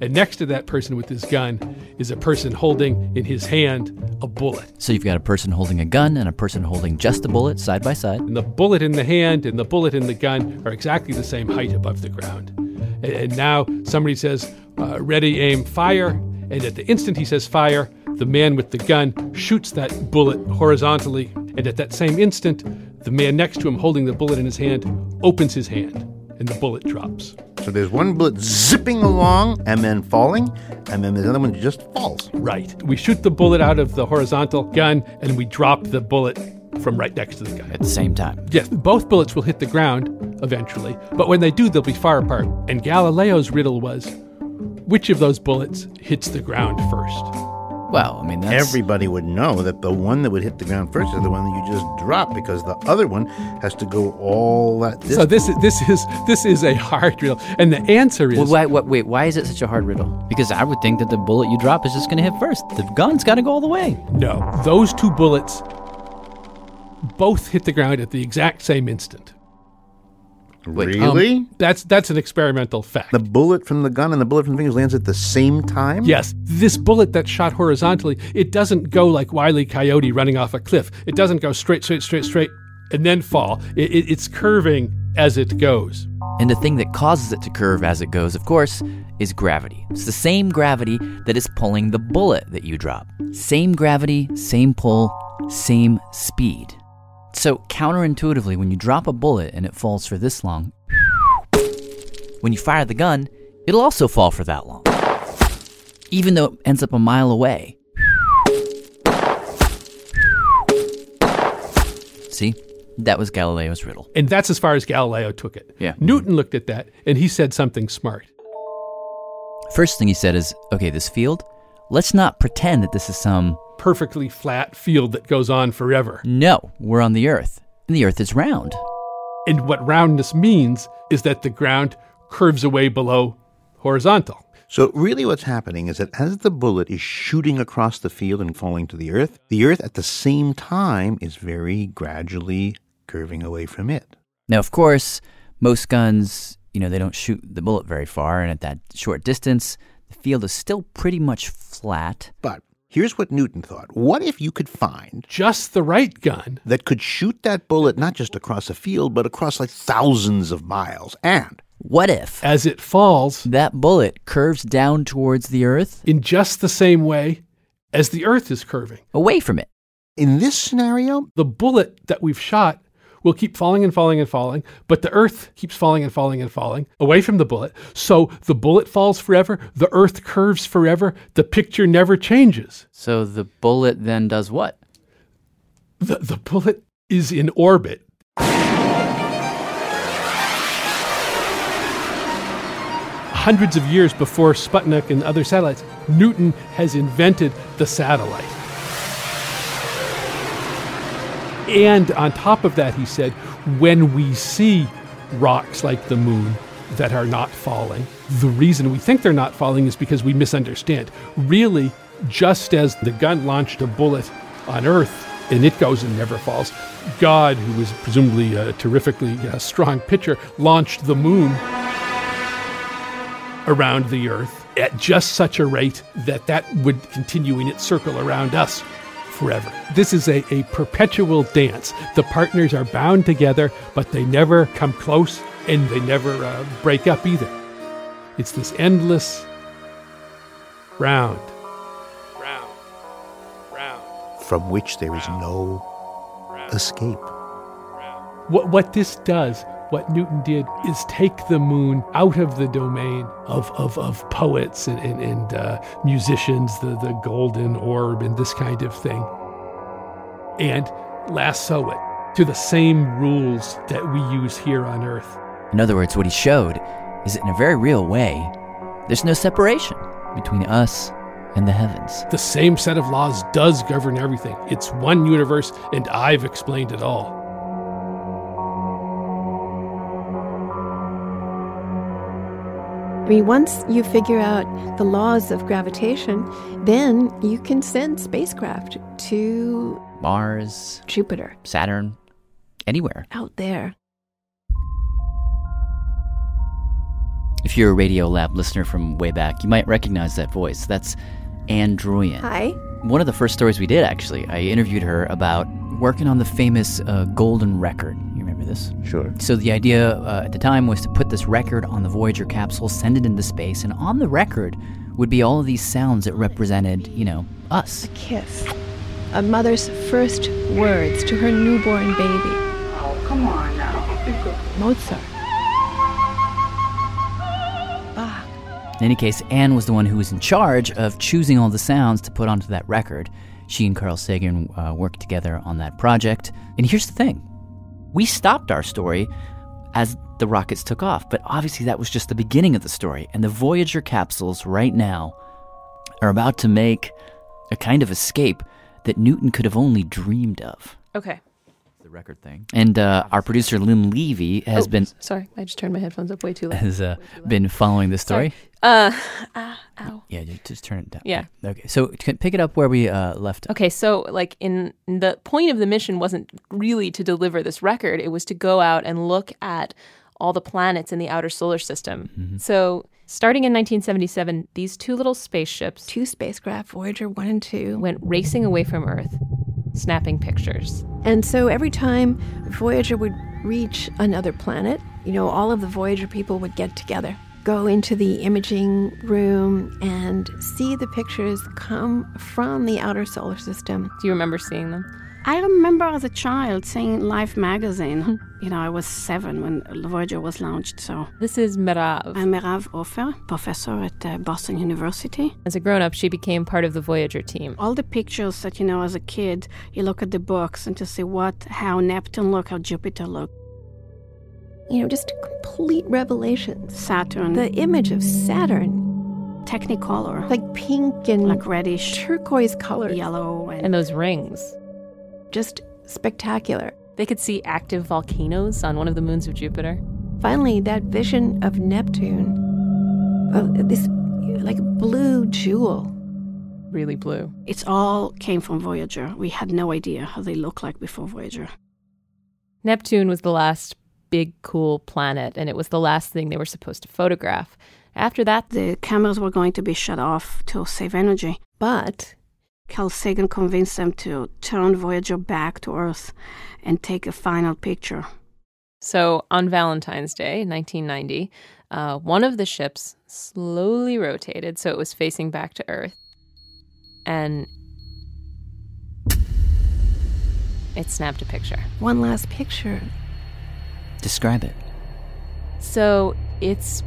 [SPEAKER 23] And next to that person with his gun is a person holding in his hand a bullet.
[SPEAKER 9] So you've got a person holding a gun and a person holding just a bullet side by side.
[SPEAKER 23] And the bullet in the hand and the bullet in the gun are exactly the same height above the ground. And, and now somebody says, uh, ready, aim, fire. And at the instant he says fire, the man with the gun shoots that bullet horizontally. And at that same instant, the man next to him holding the bullet in his hand opens his hand and the bullet drops.
[SPEAKER 8] So there's one bullet zipping along and then falling, and then there's another one that just falls.
[SPEAKER 23] Right. We shoot the bullet out of the horizontal gun and we drop the bullet from right next to the gun.
[SPEAKER 9] At the same time.
[SPEAKER 23] Yes, both bullets will hit the ground eventually, but when they do, they'll be far apart. And Galileo's riddle was which of those bullets hits the ground first?
[SPEAKER 9] Well, I mean, that's.
[SPEAKER 8] Everybody would know that the one that would hit the ground first is the one that you just drop because the other one has to go all that distance.
[SPEAKER 23] So this is this is this is a hard riddle, and the answer is
[SPEAKER 9] Well, why, what, wait, why is it such a hard riddle? Because I would think that the bullet you drop is just going to hit first. The gun's got to go all the way.
[SPEAKER 23] no. Those two bullets both hit the ground at the exact same instant. Um, that's that's an experimental fact.
[SPEAKER 8] the bullet from the gun and the bullet from the fingers lands at the same time?
[SPEAKER 23] Yes, this bullet that's shot horizontally, it doesn't go like Wiley Coyote running off a cliff. It doesn't go straight, straight, straight, straight, and then fall. It, it, it's curving as it goes.
[SPEAKER 9] And the thing that causes it to curve as it goes, of course, is gravity. It's the same gravity that is pulling the bullet that you drop. Same gravity, same pull, same speed. So, counterintuitively, when you drop a bullet and it falls for this long, When you fire the gun, it'll also fall for that long, even though it ends up a mile away. See, that was Galileo's riddle.
[SPEAKER 23] And that's as far as Galileo took it.
[SPEAKER 9] Yeah.
[SPEAKER 23] Newton looked at that and he said something smart.
[SPEAKER 9] First thing he said is, okay, this field, let's not pretend that this is some
[SPEAKER 23] Perfectly flat field that goes on forever.
[SPEAKER 9] No, we're on the Earth, and the Earth is round.
[SPEAKER 23] And what roundness means is that the ground curves away below horizontal.
[SPEAKER 8] So, really, what's happening is that as the bullet is shooting across the field and falling to the earth, the earth at the same time is very gradually curving away from it.
[SPEAKER 9] Now, of course, most guns, you know, they don't shoot the bullet very far, and at that short distance, the field is still pretty much flat.
[SPEAKER 8] But here's what Newton thought What if you could find
[SPEAKER 23] just the right gun
[SPEAKER 8] that could shoot that bullet not just across a field, but across like thousands of miles? And
[SPEAKER 9] what if,
[SPEAKER 23] as it falls,
[SPEAKER 9] that bullet curves down towards the Earth
[SPEAKER 23] in just the same way as the Earth is curving
[SPEAKER 9] away from it?
[SPEAKER 8] In this scenario,
[SPEAKER 23] the bullet that we've shot will keep falling and falling and falling, but the Earth keeps falling and falling and falling away from the bullet. So the bullet falls forever, the Earth curves forever, the picture never changes.
[SPEAKER 9] So the bullet then does what?
[SPEAKER 23] The, the bullet is in orbit. Hundreds of years before Sputnik and other satellites, Newton has invented the satellite. And on top of that, he said, when we see rocks like the moon that are not falling, the reason we think they're not falling is because we misunderstand. Really, just as the gun launched a bullet on Earth and it goes and never falls, God, who was presumably a terrifically uh, strong pitcher, launched the moon around the Earth at just such a rate that that would continue in its circle around us forever. This is a, a perpetual dance. The partners are bound together, but they never come close and they never uh, break up either. It's this endless round. Round. Round.
[SPEAKER 8] from which there is no escape.
[SPEAKER 23] What, what this does, what Newton did, is take the moon out of the domain of, of, of poets and, and, and uh, musicians, the, the golden orb and this kind of thing, and lasso it to the same rules that we use here on Earth.
[SPEAKER 9] In other words, what he showed is that in a very real way, there's no separation between us and the heavens.
[SPEAKER 23] The same set of laws does govern everything. It's one universe, and I've explained it all.
[SPEAKER 3] I mean, once you figure out the laws of gravitation, then you can send spacecraft to
[SPEAKER 9] Mars,
[SPEAKER 3] Jupiter,
[SPEAKER 9] Saturn, anywhere.
[SPEAKER 3] out there.
[SPEAKER 9] If you're a Radiolab listener from way back, you might recognize that voice. That's Anne Druyan.
[SPEAKER 3] Hi.
[SPEAKER 9] One of the first stories we did, actually, I interviewed her about working on the famous uh, Golden Record. You remember this?
[SPEAKER 8] Sure.
[SPEAKER 9] So the idea uh, at the time was to put this record on the Voyager capsule, send it into space, and on the record would be all of these sounds that represented, you know, us. A
[SPEAKER 3] kiss. A mother's first words to her newborn baby.
[SPEAKER 24] Oh, come on now.
[SPEAKER 3] Mozart.
[SPEAKER 9] In any case, Anne was the one who was in charge of choosing all the sounds to put onto that record. She and Carl Sagan uh, worked together on that project. And here's the thing we stopped our story as the rockets took off, but obviously that was just the beginning of the story. And the Voyager capsules right now are about to make a kind of escape that Newton could have only dreamed of.
[SPEAKER 3] Okay.
[SPEAKER 9] The record thing. And uh, our producer, Lynn Levy, has
[SPEAKER 3] Oh,
[SPEAKER 9] been.
[SPEAKER 3] Sorry, I just turned my headphones up way too loud.
[SPEAKER 9] Has uh, been following this story.
[SPEAKER 3] Sorry. Uh, ah, ow.
[SPEAKER 9] Yeah, ju- just turn it down.
[SPEAKER 3] Yeah.
[SPEAKER 9] Okay, so c- pick it up where we uh, left
[SPEAKER 3] Okay, so like in the point of the mission wasn't really to deliver this record, it was to go out and look at all the planets in the outer solar system.
[SPEAKER 9] Mm-hmm.
[SPEAKER 3] So, starting in 1977, these two little spaceships, two spacecraft, Voyager 1 and 2, went racing away from Earth, snapping pictures. And so every time Voyager would reach another planet, you know, all of the Voyager people would get together,
[SPEAKER 24] go into the imaging room and see the pictures come from the outer solar system.
[SPEAKER 3] Do you remember seeing them?
[SPEAKER 25] I remember as a child seeing Life magazine. you know, I was seven when Voyager was launched. So
[SPEAKER 3] this is Merav.
[SPEAKER 25] I'm Merav Ofer, professor at uh, Boston University.
[SPEAKER 3] As a grown-up, she became part of the Voyager team.
[SPEAKER 25] All the pictures that you know as a kid, you look at the books and to see what, how Neptune looked, how Jupiter looked.
[SPEAKER 24] You know, just complete revelation.
[SPEAKER 25] Saturn.
[SPEAKER 24] The image of Saturn
[SPEAKER 25] Technicolor.
[SPEAKER 24] like pink and
[SPEAKER 25] Like reddish.
[SPEAKER 24] turquoise colors.
[SPEAKER 25] Yellow and,
[SPEAKER 3] And those rings.
[SPEAKER 24] Just spectacular.
[SPEAKER 3] They could see active volcanoes on one of the moons of Jupiter.
[SPEAKER 24] Finally, that vision of Neptune, of this like blue jewel.
[SPEAKER 3] Really blue.
[SPEAKER 25] It's all came from Voyager. We had no idea how they looked like before Voyager.
[SPEAKER 3] Neptune was the last big cool planet, and it was the last thing they were supposed to photograph. After that,
[SPEAKER 25] The cameras were going to be shut off to save energy.
[SPEAKER 24] But
[SPEAKER 25] Carl Sagan convinced them to turn Voyager back to Earth and take a final picture.
[SPEAKER 3] so on Valentine's Day, 1990, uh, one of the ships slowly rotated so it was facing back to Earth, and it snapped a picture.
[SPEAKER 24] one last picture.
[SPEAKER 5] Describe it.
[SPEAKER 3] So it's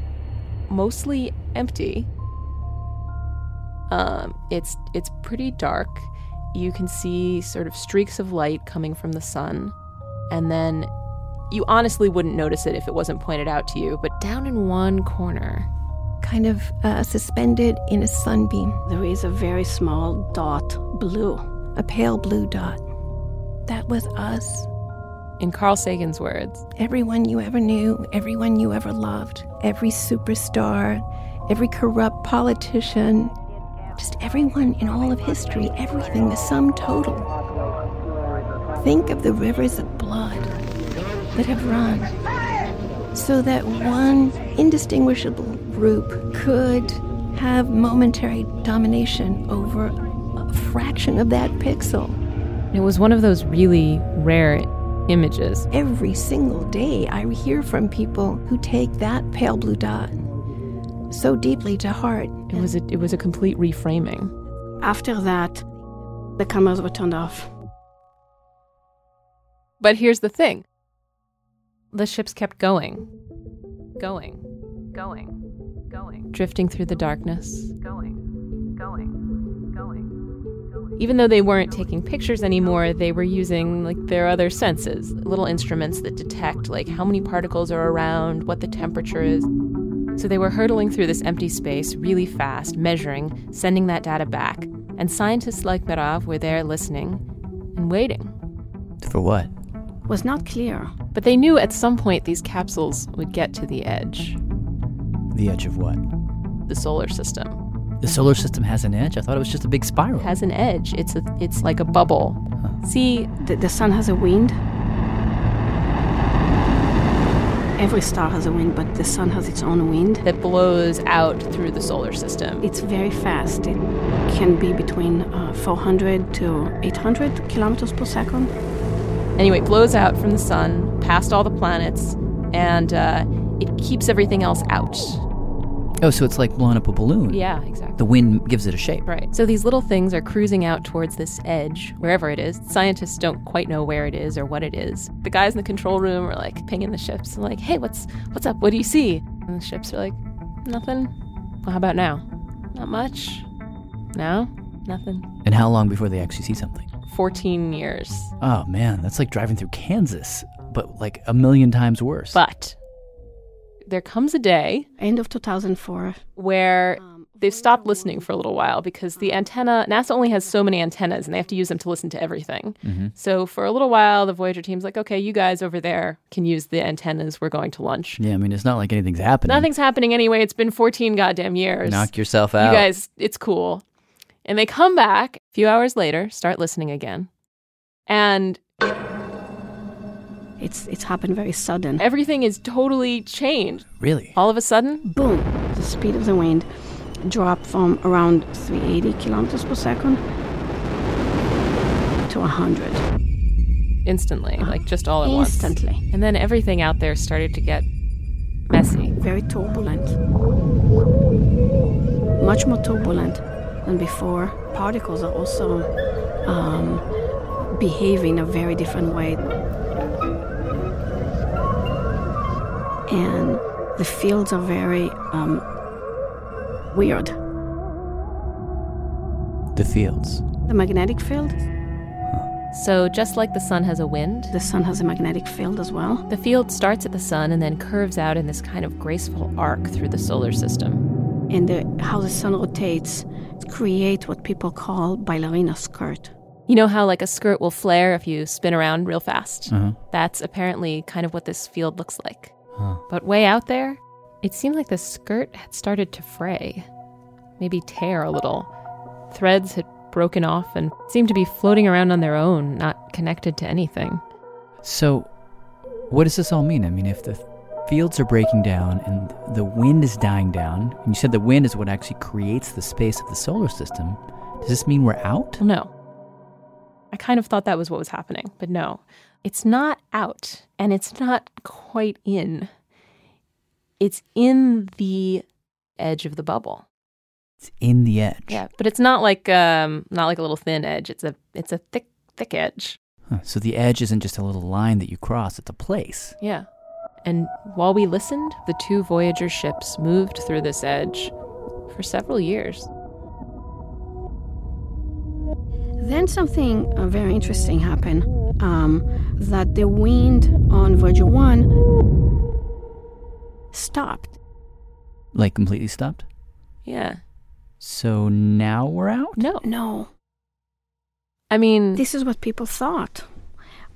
[SPEAKER 3] mostly empty. Um, it's it's pretty dark. You can see sort of streaks of light coming from the sun, and then you honestly wouldn't notice it if it wasn't pointed out to you. But down in one corner,
[SPEAKER 24] kind of uh, suspended in a sunbeam,
[SPEAKER 25] There is a very small dot, blue.
[SPEAKER 24] a pale blue dot. That was us.
[SPEAKER 3] in Carl Sagan's words,
[SPEAKER 24] Everyone you ever knew, everyone you ever loved, every superstar, every corrupt politician, just everyone in all of history, everything, the sum total. Think of the rivers of blood that have run so that one indistinguishable group could have momentary domination over a fraction of that pixel.
[SPEAKER 3] it was one of those really rare images.
[SPEAKER 24] Every single day, I hear from people who take that pale blue dot so deeply to heart.
[SPEAKER 3] It was a, it was a complete reframing.
[SPEAKER 25] After that, the cameras were turned off.
[SPEAKER 3] But here's the thing the ships kept going, going, going, going, drifting through the darkness, going, going, going, going. Even though they weren't taking pictures anymore, they were using like their other senses, little instruments that detect like how many particles are around, what the temperature is. So they were hurtling through this empty space really fast, measuring, sending that data back. And scientists like Merav were there listening and waiting.
[SPEAKER 5] For what?
[SPEAKER 25] Was not clear.
[SPEAKER 3] But they knew at some point these capsules would get to the edge,
[SPEAKER 5] The edge of what?
[SPEAKER 3] the solar system.
[SPEAKER 5] The solar system has an edge? I thought it was just a big spiral.
[SPEAKER 3] It has an edge. It's a, it's like a bubble. See,
[SPEAKER 25] The, the sun has a wind. Every star has a wind, but the sun has its own wind.
[SPEAKER 3] that blows out through the solar system.
[SPEAKER 25] It's very fast. It can be between uh, 400 to 800 kilometers per second.
[SPEAKER 3] Anyway, it blows out from the sun, past all the planets, and uh, it keeps everything else out.
[SPEAKER 5] Oh, so it's like blowing up a
[SPEAKER 9] Hmm.
[SPEAKER 5] balloon.
[SPEAKER 3] Yeah, exactly.
[SPEAKER 5] The wind gives it a shape.
[SPEAKER 3] Right. So these little things are cruising out towards this edge, wherever it is. Scientists don't quite know where it is or what it is. The guys in the control room are like pinging the ships and like, "Hey, what's what's up? What do you see?" And the ships are like, "Nothing." Well, how about now? Not much. No, nothing.
[SPEAKER 5] And how long before they actually see something?
[SPEAKER 3] 14 years.
[SPEAKER 5] Oh, man, that's like driving through Kansas, but like a million times worse.
[SPEAKER 3] But there comes a day
[SPEAKER 25] End of 2004.
[SPEAKER 3] where
[SPEAKER 25] Um,
[SPEAKER 3] they've stopped listening for a little while because the antenna, NASA only has so many antennas and they have to use them to listen to everything.
[SPEAKER 5] Mhm.
[SPEAKER 3] So for a little while, the Voyager team's like, okay, you guys over there can use the antennas. We're going to lunch.
[SPEAKER 5] yeah, I mean, it's not like anything's happening.
[SPEAKER 3] Nothing's happening anyway. It's been 14 goddamn years.
[SPEAKER 5] Knock yourself
[SPEAKER 3] you
[SPEAKER 5] out.
[SPEAKER 3] guys, it's cool. And they come back a few hours later, start listening again. And
[SPEAKER 25] It's, it's happened very sudden.
[SPEAKER 3] everything is totally changed.
[SPEAKER 5] Really?
[SPEAKER 3] All of a sudden,
[SPEAKER 25] Boom! The speed of the wind dropped from around 380 kilometers per second to 100.
[SPEAKER 3] instantly, like just all at once.
[SPEAKER 25] Instantly.
[SPEAKER 3] And then everything out there started to get Messy.
[SPEAKER 25] Very turbulent. Much more turbulent than before. Particles are also um, behave in a very different way. And the fields are very um, weird.
[SPEAKER 9] The fields.
[SPEAKER 25] The magnetic field?
[SPEAKER 3] So, just like the sun has a wind,
[SPEAKER 25] the sun has a magnetic field as well.
[SPEAKER 3] The field starts at the sun and then curves out in this kind of graceful arc through the solar system.
[SPEAKER 25] And the, how the sun rotates create what people call ballerina skirt.
[SPEAKER 3] You know how like a skirt will flare if you spin around real fast?
[SPEAKER 9] Uh-huh.
[SPEAKER 3] That's apparently kind of what this field looks like.
[SPEAKER 9] Huh.
[SPEAKER 3] But way out there, it seemed like the skirt had started to fray, maybe tear a little. Threads had broken off and seemed to be floating around on their own, not connected to anything.
[SPEAKER 9] So, what does this all mean? I mean, if the fields are breaking down and the wind is dying down, and you said the wind is what actually creates the space of the solar system, does this mean we're out?
[SPEAKER 3] Well, no. I kind of thought that was what was happening, but no. It's not out and it's not quite in. It's in the edge of the bubble.
[SPEAKER 9] It's in the edge.
[SPEAKER 3] Yeah, but it's not like um not like a little thin edge. It's a it's a thick thick edge.
[SPEAKER 9] Huh, so the edge isn't just a little line that you cross, it's a place.
[SPEAKER 3] Yeah. And while we listened, the two Voyager ships moved through this edge for several years.
[SPEAKER 25] Then something uh, very interesting happened um, that the wind on Voyager 1 stopped.
[SPEAKER 9] Like completely stopped?
[SPEAKER 3] Yeah.
[SPEAKER 9] So now we're out?
[SPEAKER 3] No.
[SPEAKER 25] No.
[SPEAKER 3] I mean,
[SPEAKER 25] this is what people thought.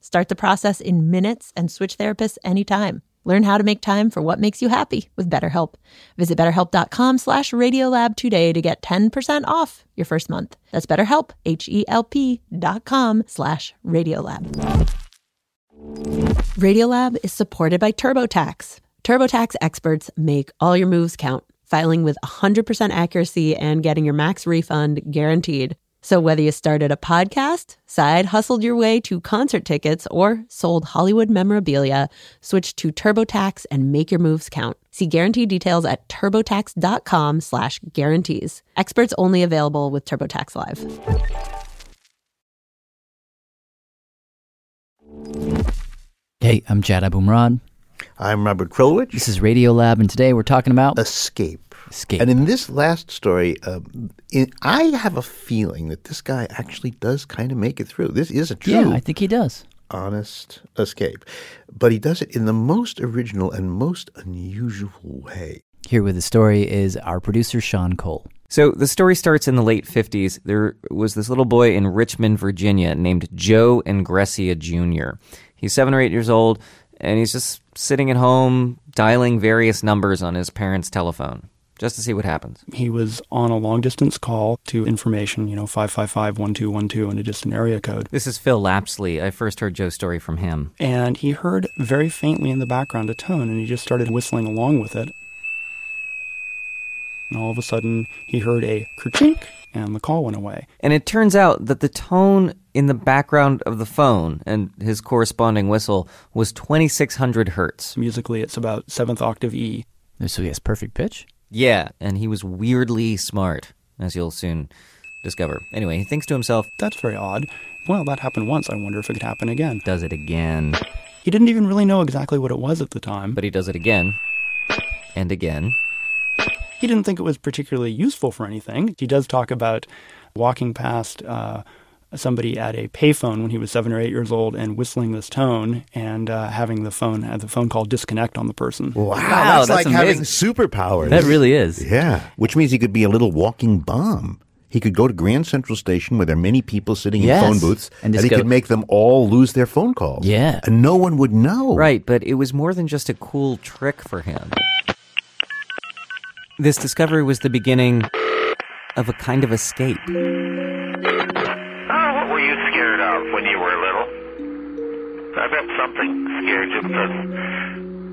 [SPEAKER 21] Start the process in minutes and switch therapists anytime. Learn how to make time for what makes you happy with BetterHelp. Visit betterhelp.com slash radiolab today to get 10% off your first month. That's betterhelp, H-E-L-P dot com slash radiolab. Radiolab is supported by TurboTax. TurboTax experts make all your moves count, filing with 100% accuracy and getting your max refund guaranteed. So, whether you started a podcast, side hustled your way to concert tickets, or sold Hollywood memorabilia, switch to TurboTax and make your moves count. See guarantee details at turbotax.com slash guarantees. Experts only available with TurboTax Live.
[SPEAKER 5] Hey, I'm Jad Abumrad.
[SPEAKER 8] I'm Robert Krulwich.
[SPEAKER 5] This is Radiolab, and today we're talking about
[SPEAKER 8] escape.
[SPEAKER 5] Escape.
[SPEAKER 8] And in this last story, uh, in, I have a feeling that this guy actually does kind of make it through. This is a true,
[SPEAKER 5] Yeah, I think he does.
[SPEAKER 8] honest escape. But he does it in the most original and most unusual way.
[SPEAKER 5] Here with the story is our producer, Sean Cole.
[SPEAKER 26] So the story starts in the late 50s. There was this little boy in Richmond, Virginia named Joe Ingresia Jr. He's seven or eight years old, and he's just sitting at home dialing various numbers on his parents' telephone just to see what happens.
[SPEAKER 4] He was on a long distance call to information, you know, 555 1212 in a distant area code.
[SPEAKER 26] This is Phil Lapsley. I first heard Joe's story from him.
[SPEAKER 4] And he heard very faintly in the background a tone, and he just started whistling along with it. And all of a sudden, he heard a kerchink, and the call went away.
[SPEAKER 26] And it turns out that the tone in the background of the phone and his corresponding whistle was 2600 hertz.
[SPEAKER 4] Musically, it's about seventh octave E.
[SPEAKER 5] So he has perfect pitch?
[SPEAKER 26] Yeah, and he was weirdly smart, as you'll soon discover. Anyway, he thinks to himself,
[SPEAKER 4] That's very odd. Well, that happened once. I wonder if it could happen again.
[SPEAKER 26] Does it again.
[SPEAKER 4] He didn't even really know exactly what it was at the time.
[SPEAKER 26] But he does it again. And again.
[SPEAKER 4] He didn't think it was particularly useful for anything. He does talk about walking past uh, somebody at a payphone when he was seven or eight years old and whistling this tone and uh, having the phone have the phone call disconnect on the person.
[SPEAKER 8] Wow, that's, like having superpowers.
[SPEAKER 26] That really is.
[SPEAKER 8] Yeah, which means he could be a little walking bomb. He could go to Grand Central Station where there are many people sitting
[SPEAKER 26] Yes.
[SPEAKER 8] in phone booths,
[SPEAKER 26] And
[SPEAKER 8] and,
[SPEAKER 26] just
[SPEAKER 8] he
[SPEAKER 26] go-
[SPEAKER 8] could make them all lose their phone calls.
[SPEAKER 26] Yeah.
[SPEAKER 8] and no one would know.
[SPEAKER 26] Right, but it was more than just a cool trick for him. This discovery was the beginning of a kind of escape.
[SPEAKER 2] Oh, what were you scared of when you were little? I bet something scared you because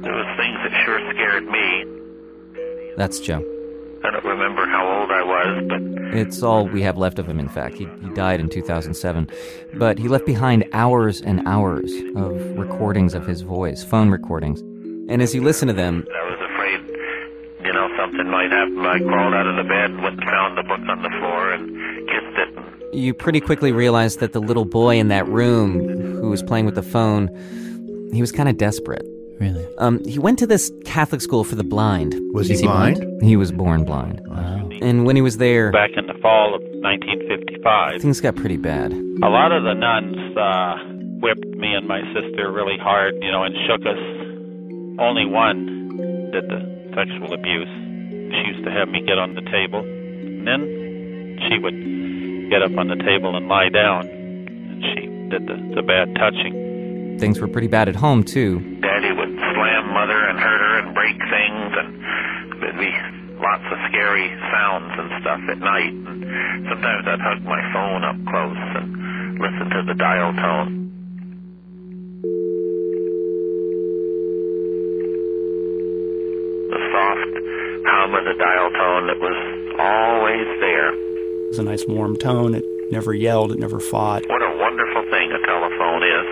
[SPEAKER 2] there was things that sure scared me.
[SPEAKER 26] That's Joe.
[SPEAKER 2] I don't remember how old I was, but
[SPEAKER 26] It's all we have left of him, in fact. He, he died in 2007. But he left behind hours and hours of recordings of his voice, phone recordings. And as you listen to them,
[SPEAKER 2] I was afraid, you know, something might happen. I crawled out of the bed, went and found the book on the floor and kissed it.
[SPEAKER 26] you pretty quickly realize that the little boy in that room who was playing with the phone, he was kind of desperate.
[SPEAKER 5] Really?
[SPEAKER 26] Um, he went to this Catholic school for the blind.
[SPEAKER 8] Was
[SPEAKER 26] Is
[SPEAKER 8] he blind?
[SPEAKER 26] He was born blind. And when he was there,
[SPEAKER 2] Back in the fall of 1955,
[SPEAKER 26] things got pretty bad.
[SPEAKER 2] a lot of the nuns uh, whipped me and my sister really hard, you know, and shook us. Only one did the sexual abuse. She used to have me get on the table, and then she would get up on the table and lie down, and she did the, the bad touching.
[SPEAKER 26] Things were pretty bad at home, too.
[SPEAKER 2] Daddy would slam mother and hurt her and break things, and there'd be lots of scary sounds and stuff at night. And sometimes I'd hug my phone up close and listen to the dial tone. The soft hum of the dial tone that was always there.
[SPEAKER 4] It was a nice warm tone. It never yelled. It never fought.
[SPEAKER 2] What a wonderful thing a telephone is.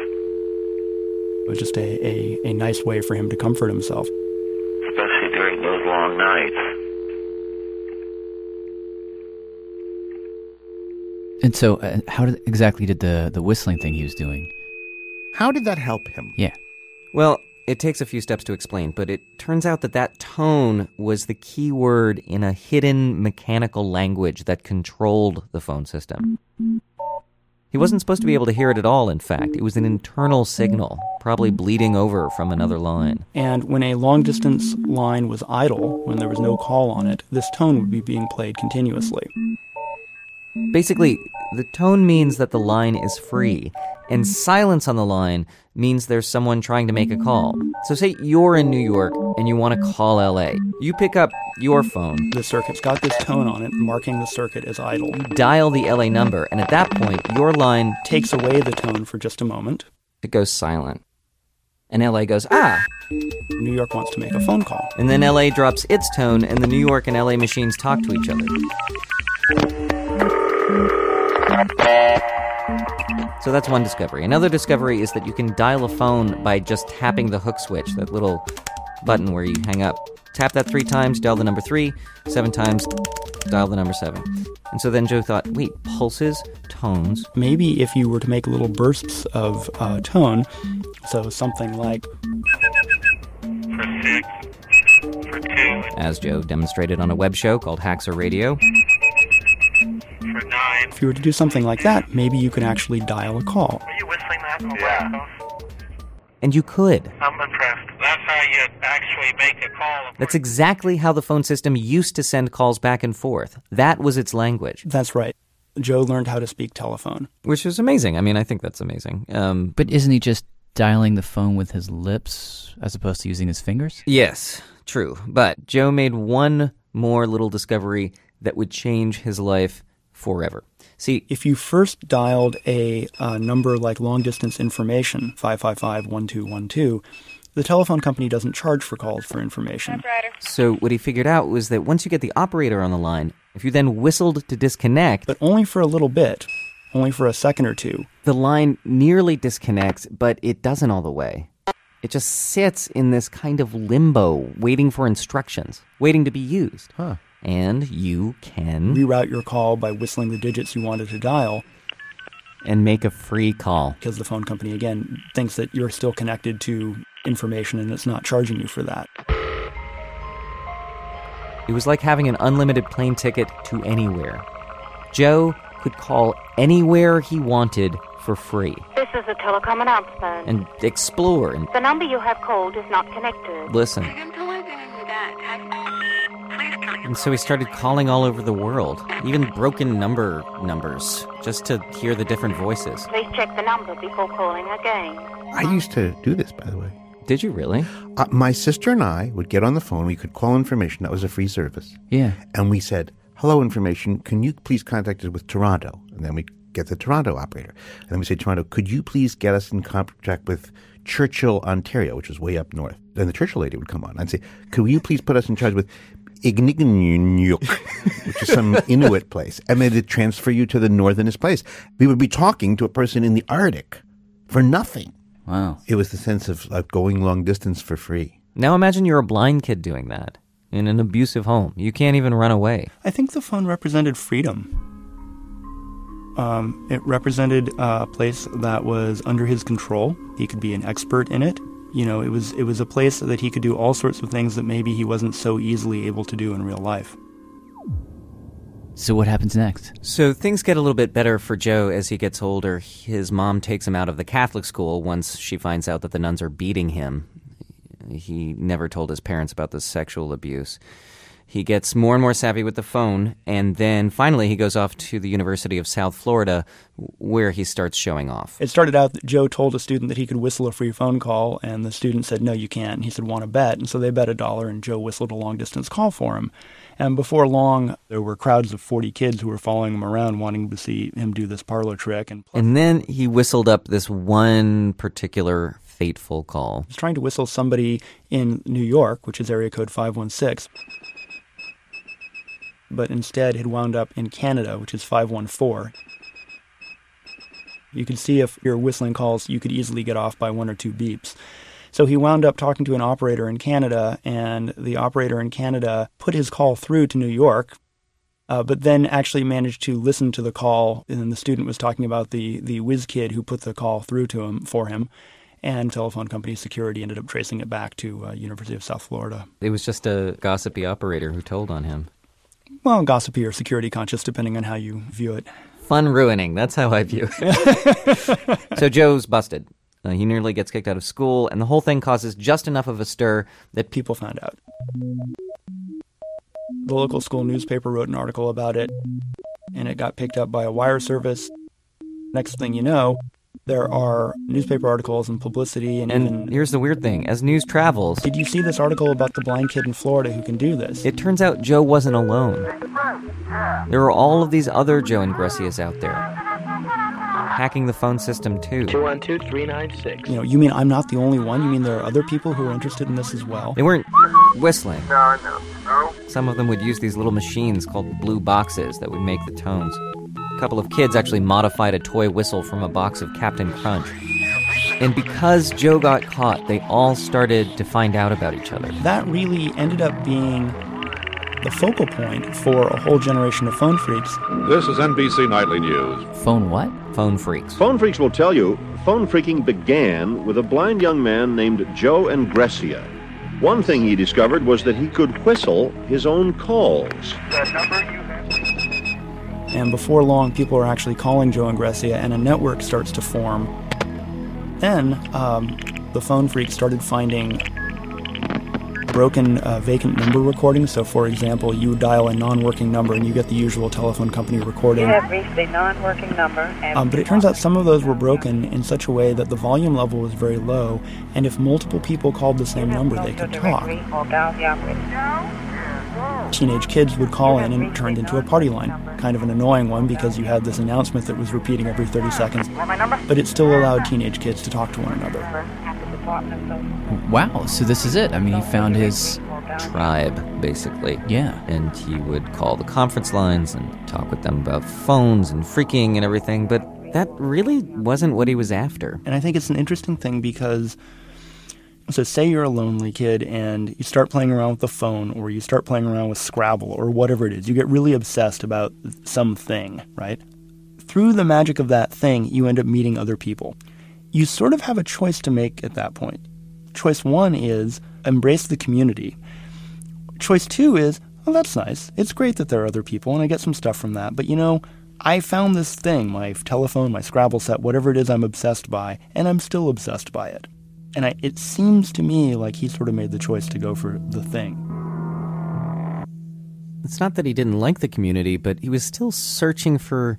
[SPEAKER 4] It was just a, a, a nice way for him to comfort himself.
[SPEAKER 2] especially during those long nights.
[SPEAKER 5] And so, uh, how did, exactly did the the whistling thing he was doing?
[SPEAKER 8] How did that help him?
[SPEAKER 5] Yeah.
[SPEAKER 26] Well, it takes a few steps to explain, but it turns out that that tone was the key word in a hidden mechanical language that controlled the phone system. He wasn't supposed to be able to hear it at all, in fact. It was an internal signal, probably bleeding over from another line.
[SPEAKER 4] And when a long distance line was idle, when there was no call on it, this tone would be being played continuously.
[SPEAKER 26] Basically, the tone means that the line is free, and silence on the line means there's someone trying to make a call. So, say you're in New York and you want to call LA. You pick up your phone.
[SPEAKER 4] The circuit's got this tone on it, marking the circuit as idle.
[SPEAKER 26] Dial the LA number, and at that point, your line
[SPEAKER 4] takes away the tone for just a moment.
[SPEAKER 26] It goes silent. And LA goes, ah!
[SPEAKER 4] New York wants to make a phone call.
[SPEAKER 26] And then LA drops its tone, and the New York and LA machines talk to each other. So that's one discovery. Another discovery is that you can dial a phone by just tapping the hook switch, that little button where you hang up. Tap that three times, dial the number three, seven times, dial the number seven. And so then Joe thought, wait, pulses, tones.
[SPEAKER 4] Maybe if you were to make little bursts of uh, tone, so something like
[SPEAKER 26] as Joe demonstrated on a web show called Haxor Radio.
[SPEAKER 4] If you were to do something like that, maybe you could actually dial a call.
[SPEAKER 2] Yeah.
[SPEAKER 26] And you could.
[SPEAKER 2] I'm impressed. That's how you actually make a call.
[SPEAKER 26] That's exactly how the phone system used to send calls back and forth. That was its language.
[SPEAKER 4] That's right. Joe learned how to speak telephone.
[SPEAKER 26] Which is amazing. I mean, I think that's amazing. Um,
[SPEAKER 5] but isn't he just dialing the phone with his lips as opposed to using his fingers?
[SPEAKER 26] Yes, true. But Joe made one more little discovery that would change his life forever. See,
[SPEAKER 4] if you first dialed a, uh number like long distance information, 555 1212, the telephone company doesn't charge for calls for information.
[SPEAKER 26] So what he figured out was that once you get the operator on the line, if you then whistled to disconnect,
[SPEAKER 4] but only for a little bit, only for a second or two,
[SPEAKER 26] the line nearly disconnects, but it doesn't all the way. It just sits in this kind of limbo, waiting for instructions, waiting to be used.
[SPEAKER 4] Huh.
[SPEAKER 26] And you can
[SPEAKER 4] reroute your call by whistling the digits you wanted to dial
[SPEAKER 26] and make a free call.
[SPEAKER 4] because the phone company, again, thinks that you're still connected to information and it's not charging you for that.
[SPEAKER 26] It was like having an unlimited plane ticket to anywhere. Joe could call anywhere he wanted for free
[SPEAKER 14] This is a telecom announcement.
[SPEAKER 26] and explore and
[SPEAKER 14] the number you have called is not connected.
[SPEAKER 26] listen. And so he started calling all over the world, even broken number numbers, just to hear the different voices.
[SPEAKER 14] Please check the number before calling again.
[SPEAKER 8] I used to do this, by the way.
[SPEAKER 26] Did you really?
[SPEAKER 8] Uh, my sister and I would get on the phone. We could call information. That was a free service.
[SPEAKER 5] Yeah.
[SPEAKER 8] And we said, hello, information. Can you please contact us with Toronto? And then we'd get the Toronto operator. And then we say, Toronto, could you please get us in contact with Churchill, Ontario, which was way up north? Then the Churchill lady would come on. I'd say, could you please put us in charge with Ignignuk, which is some Inuit place? And then they'd transfer you to the northernest place. We would be talking to a person in the Arctic for nothing.
[SPEAKER 5] Wow.
[SPEAKER 8] It was the sense of uh, going long distance for free.
[SPEAKER 26] Now imagine you're a blind kid doing that in an abusive home. You can't even run away.
[SPEAKER 4] I think the phone represented freedom. Um, it represented a place that was under his control. He could be an expert in it. You know, it was it was a place that he could do all sorts of things that maybe he wasn't so easily able to do in real life.
[SPEAKER 5] So what happens next?
[SPEAKER 26] So things get a little bit better for Joe as he gets older. His mom takes him out of the Catholic school once she finds out that the nuns are beating him. He never told his parents about the sexual abuse. He gets more and more savvy with the phone, and then finally he goes off to the University of South Florida where he starts showing off.
[SPEAKER 4] It started out that Joe told a student that he could whistle a free phone call, and the student said, No, you can't. And he said, Want to bet? And so they bet a dollar, and Joe whistled a long distance call for him. And before long, there were crowds of 40 kids who were following him around wanting to see him do this parlor trick. And
[SPEAKER 26] And then he whistled up this one particular fateful call.
[SPEAKER 4] he was trying to whistle somebody in New York, which is area code 516, but instead had wound up in Canada, which is 514. You could see if you're whistling calls, you could easily get off by one or two beeps. So he wound up talking to an operator in Canada, and the operator in Canada put his call through to New York, uh, but then actually managed to listen to the call. And then the student was talking about the the whiz kid who put the call through to him for him, and telephone company security ended up tracing it back to uh, University of South Florida.
[SPEAKER 26] It was just a gossipy operator who told on him.
[SPEAKER 4] Well, gossipy or security conscious, depending on how you view it.
[SPEAKER 26] Fun ruining. That's how I view it. so Joe's busted. Uh, he nearly gets kicked out of school, and the whole thing causes just enough of a stir that
[SPEAKER 4] people found out. The local school newspaper wrote an article about it, and it got picked up by a wire service. Next thing you know, there are newspaper articles and publicity. And,
[SPEAKER 26] and here's the weird thing as news travels.
[SPEAKER 4] Did you see this article about the blind kid in Florida who can do this?
[SPEAKER 26] It turns out Joe wasn't alone. There are all of these other Joe and Gressias out there hacking the phone system too.
[SPEAKER 13] 212396.
[SPEAKER 4] You know, you mean I'm not the only one? You mean there are other people who are interested in this as well?
[SPEAKER 26] They weren't whistling.
[SPEAKER 13] No, no, no.
[SPEAKER 26] Some of them would use these little machines called blue boxes that would make the tones. A couple of kids actually modified a toy whistle from a box of Captain Crunch. And because Joe got caught, they all started to find out about each other.
[SPEAKER 4] That really ended up being the focal point for a whole generation of phone freaks.
[SPEAKER 27] This is NBC Nightly News.
[SPEAKER 5] Phone what?
[SPEAKER 26] Phone freaks.
[SPEAKER 27] Phone freaks will tell you phone freaking began with a blind young man named Joe Ingresia. One thing he discovered was that he could whistle his own calls.
[SPEAKER 4] And before long, people are actually calling Joe Ingresia, and a network starts to form. Then um, the phone freaks started finding broken uh, vacant number recording. So, for example, you dial a non working number and you get the usual telephone company recording.
[SPEAKER 28] You have reached a non working number.
[SPEAKER 4] Um, but it turns out some of those were broken in such a way that the volume level was very low, and if multiple people called the same number, they could talk. Teenage kids would call in and it turned into a party line. Kind of an annoying one because you had this announcement that was repeating every 30 seconds, but it still allowed teenage kids to talk to one another.
[SPEAKER 5] Wow, so this is it. I mean, he found his
[SPEAKER 26] tribe, basically.
[SPEAKER 5] Yeah.
[SPEAKER 26] And he would call the conference lines and talk with them about phones and freaking and everything, but that really wasn't what he was after.
[SPEAKER 4] And I think it's an interesting thing because. So, say you're a lonely kid and you start playing around with the phone or you start playing around with Scrabble or whatever it is. You get really obsessed about something, right? Through the magic of that thing, you end up meeting other people you sort of have a choice to make at that point. Choice one is embrace the community. Choice two is, oh, that's nice. It's great that there are other people and I get some stuff from that. But you know, I found this thing my telephone, my Scrabble set, whatever it is I'm obsessed by, and I'm still obsessed by it. And I, it seems to me like he sort of made the choice to go for the thing.
[SPEAKER 26] It's not that he didn't like the community, but he was still searching for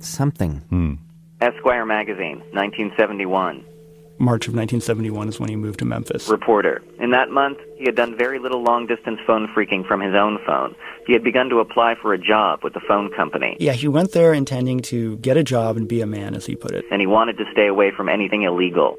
[SPEAKER 26] something.
[SPEAKER 27] Hmm.
[SPEAKER 13] Esquire magazine, 1971.
[SPEAKER 4] March of 1971 is when he moved to Memphis.
[SPEAKER 13] Reporter. In that month, he had done very little long distance phone freaking from his own phone. He had begun to apply for a job with the phone company.
[SPEAKER 4] Yeah, he went there intending to get a job and be a man, as he put it.
[SPEAKER 13] And he wanted to stay away from anything illegal.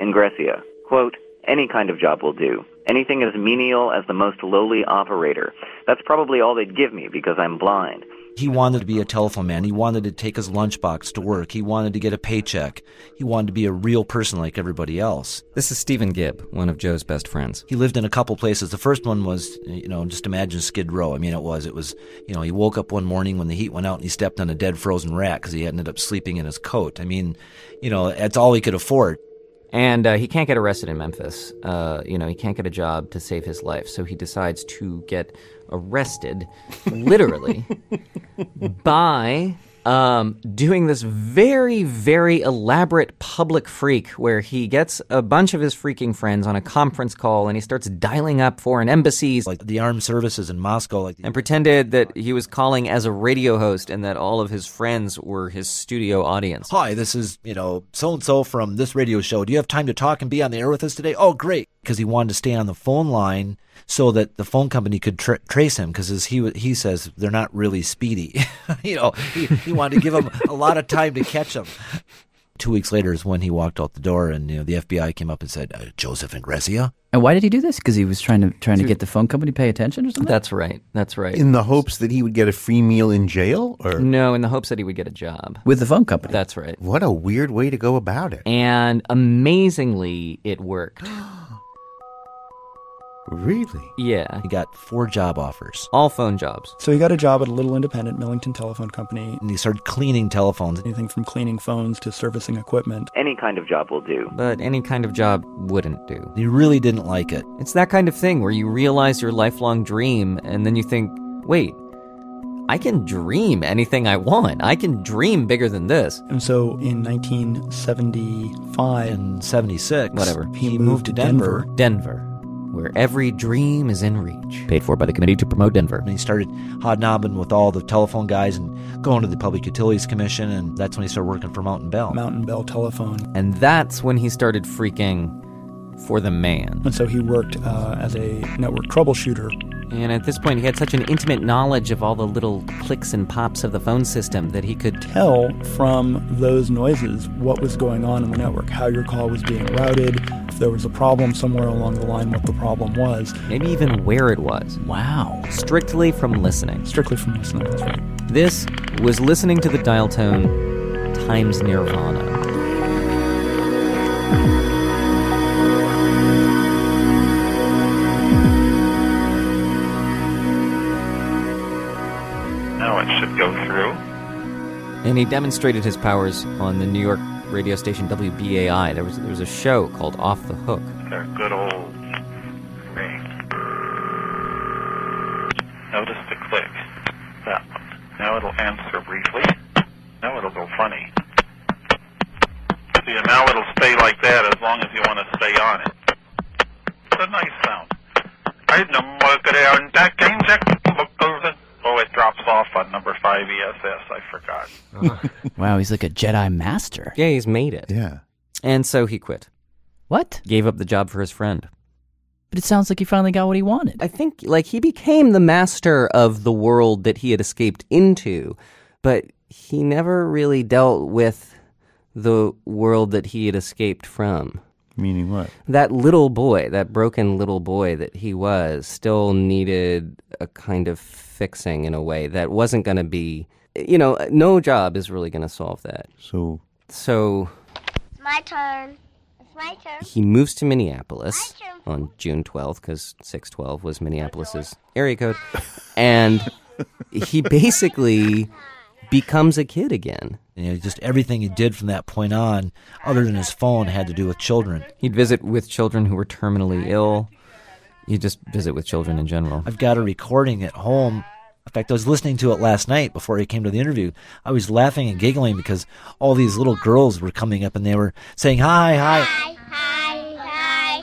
[SPEAKER 13] In Grecia, quote, any kind of job will do. Anything as menial as the most lowly operator. That's probably all they'd give me because I'm blind.
[SPEAKER 29] He wanted to be a telephone man. He wanted to take his lunchbox to work. He wanted to get a paycheck. He wanted to be a real person like everybody else.
[SPEAKER 26] This is Stephen Gibb, one of Joe's best friends.
[SPEAKER 29] He lived in a couple places. The first one was, you know, just imagine Skid Row. I mean, it was, it was, you know, he woke up one morning when the heat went out and he stepped on a dead frozen rat because he ended up sleeping in his coat. I mean, you know, that's all he could afford.
[SPEAKER 26] And uh, he can't get arrested in Memphis. Uh, you know, he can't get a job to save his life. So he decides to get arrested, literally, by um, doing this very, very elaborate public freak where he gets a bunch of his freaking friends on a conference call and he starts dialing up foreign embassies,
[SPEAKER 29] like the armed services in Moscow, like the-
[SPEAKER 26] and pretended that he was calling as a radio host and that all of his friends were his studio audience.
[SPEAKER 29] Hi, this is you know so and so from this radio show. Do you have time to talk and be on the air with us today? Oh, great! Because he wanted to stay on the phone line so that the phone company could tra- trace him because as he he says they're not really speedy you know he, he wanted to give him a lot of time to catch him Two weeks later is when he walked out the door, and you know the FBI came up and said, uh, "Joseph Ingresia."
[SPEAKER 5] And why did he do this? Because he was trying to trying to get the phone company to pay attention or something.
[SPEAKER 26] That's right. That's right.
[SPEAKER 8] In the hopes that he would get a free meal in jail, or
[SPEAKER 26] no, in the hopes that he would get a job
[SPEAKER 5] with the phone company.
[SPEAKER 26] That's right.
[SPEAKER 8] What a weird way to go about it.
[SPEAKER 26] And amazingly, it worked.
[SPEAKER 8] really?
[SPEAKER 26] Yeah.
[SPEAKER 29] He got four job offers,
[SPEAKER 26] all phone jobs.
[SPEAKER 4] So he got a job at a little independent Millington telephone company.
[SPEAKER 29] and he started cleaning telephones.
[SPEAKER 4] Anything from cleaning phones to servicing equipment.
[SPEAKER 13] Any kind of job will do.
[SPEAKER 26] But any kind of job wouldn't do.
[SPEAKER 29] He really didn't like it.
[SPEAKER 26] It's that kind of thing where you realize your lifelong dream and then you think, wait, I can dream anything I want. I can dream bigger than this.
[SPEAKER 4] And so in 1975
[SPEAKER 29] and 76,
[SPEAKER 26] Whatever.
[SPEAKER 4] he, moved, to Denver.
[SPEAKER 26] Denver, where every dream is in reach. Paid for by the Committee to Promote Denver.
[SPEAKER 29] And he started hobnobbing with all the telephone guys and going to the Public Utilities Commission, and that's when he started working for Mountain Bell.
[SPEAKER 4] Mountain Bell Telephone.
[SPEAKER 26] And that's when he started freaking for the man.
[SPEAKER 4] And so he worked uh, as a network troubleshooter.
[SPEAKER 26] And at this point, he had such an intimate knowledge of all the little clicks and pops of the phone system that he could.
[SPEAKER 4] Tell from those noises what was going on in the network, how your call was being routed, if there was a problem somewhere along the line, what the problem was,
[SPEAKER 26] Maybe even where it was.
[SPEAKER 5] Wow.
[SPEAKER 26] Strictly from listening.
[SPEAKER 4] strictly from listening. That's right.
[SPEAKER 26] This was listening to the dial tone times Nirvana.
[SPEAKER 2] Now it should go through.
[SPEAKER 26] And he demonstrated his powers on the New York radio station WBAI. There was there was a show called Off the Hook.
[SPEAKER 2] They're good old ring. Notice the click. That one. Now it'll answer briefly. Now it'll go funny. See, and now it'll stay like that as long as you want to stay on it. It's a nice sound. I know more good air and that game jack- Oh, it drops off on number five ESS. I forgot.
[SPEAKER 5] Wow, he's like a Jedi master.
[SPEAKER 26] Yeah, he's made it.
[SPEAKER 8] Yeah.
[SPEAKER 26] And so he quit.
[SPEAKER 5] What?
[SPEAKER 26] Gave up the job for his friend.
[SPEAKER 5] But it sounds like he finally got what he wanted.
[SPEAKER 26] I think like he became the master of the world that he had escaped into, but he never really dealt with the world that he had escaped from.
[SPEAKER 8] Meaning what?
[SPEAKER 26] that little boy, that broken little boy that he was, still needed a kind of fixing in a way that wasn't going to be, you know, no job is really going to solve that.
[SPEAKER 8] So
[SPEAKER 26] So
[SPEAKER 12] It's my turn. It's my turn.
[SPEAKER 26] he moves to Minneapolis on June 12th because 612 was Minneapolis's area code. And he basically becomes a kid again.
[SPEAKER 29] You know, just everything he did from that point on, other than his phone, had to do with children.
[SPEAKER 26] He'd visit with children who were terminally ill. He'd just visit with children in general.
[SPEAKER 29] I've got a recording at home. In fact, I was listening to it last night before I came to the interview. I was laughing and giggling because all these little girls were coming up and they were saying, Hi, hi.
[SPEAKER 12] Hi, hi, hi, hi,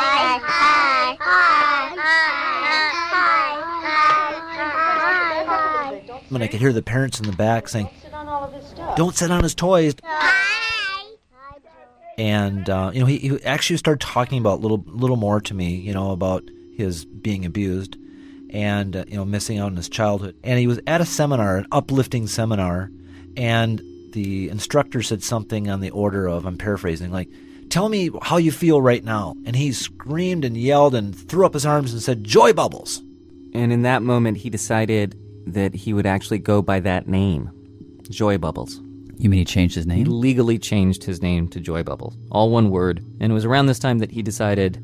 [SPEAKER 12] hi, hi, hi, hi, hi, hi, hi, hi, hi.
[SPEAKER 29] And I could hear the parents in the back saying, Don't sit on his toys. and uh, you know he, he actually started talking about little little more to me you know about his being abused and uh, you know missing out on his childhood and he was at a seminar an uplifting seminar and the instructor said something on the order of i'm paraphrasing like tell me how you feel right now and he screamed and yelled and threw up his arms and said joy bubbles
[SPEAKER 26] And in that moment, he decided that he would actually go by that name, Joy Bubbles.
[SPEAKER 5] You mean he changed his
[SPEAKER 26] He
[SPEAKER 5] name?
[SPEAKER 26] legally changed his name to Joy Bubbles, all one word. And it was around this time that he decided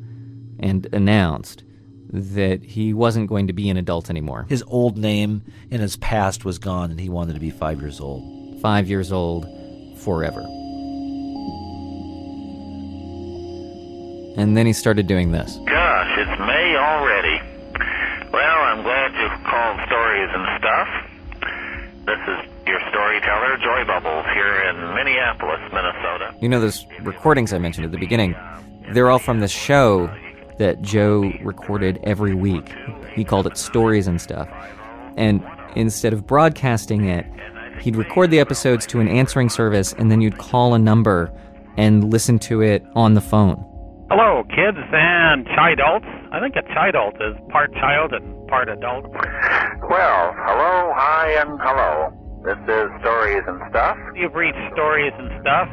[SPEAKER 26] and announced that he wasn't going to be an adult anymore.
[SPEAKER 29] his old name and his past was gone and he wanted to be five years old
[SPEAKER 26] Five years old, forever. And then he started doing this.
[SPEAKER 2] Gosh, it's May already. Well, I'm glad you called stories and stuff. This is your storyteller, Joy Bubbles, here in Minneapolis, Minnesota.
[SPEAKER 26] You know those recordings I mentioned at the beginning? They're all from this show that Joe recorded every week. He called it Stories and Stuff. And instead of broadcasting it, he'd record the episodes to an answering service and then you'd call a number and listen to it on the phone.
[SPEAKER 2] Hello, kids and chidults. I think a chidult is part child and part adult. Well, hello, hi, and hello.
[SPEAKER 30] This is Stories and Stuff.
[SPEAKER 2] You've reached Stories and Stuff.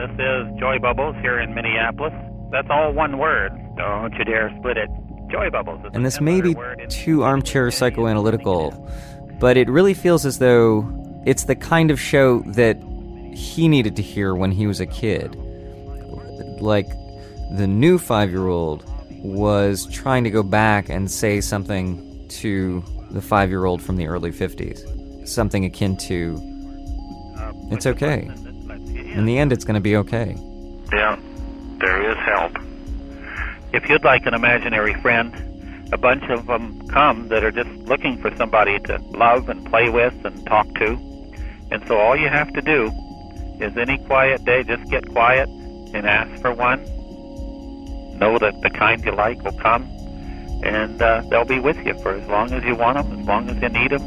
[SPEAKER 2] This is Joy Bubbles here in Minneapolis. That's all one word. Don't you dare split it. Joy Bubbles.
[SPEAKER 26] And this may be too armchair psychoanalytical, but it really feels as though it's the kind of show that he needed to hear when he was a kid. Like the new five year old was trying to go back and say something to the five year old from the early 50s. Something akin to, it's okay. In the end, it's going to be okay.
[SPEAKER 2] Yeah, there is help. If you'd like an imaginary friend, a bunch of them come that are just looking for somebody to love and play with and talk to. And so all you have to do is any quiet day, just get quiet and ask for one. Know that the kind you like will come, and uh, they'll be with you for as long as you want them, as long as you need them,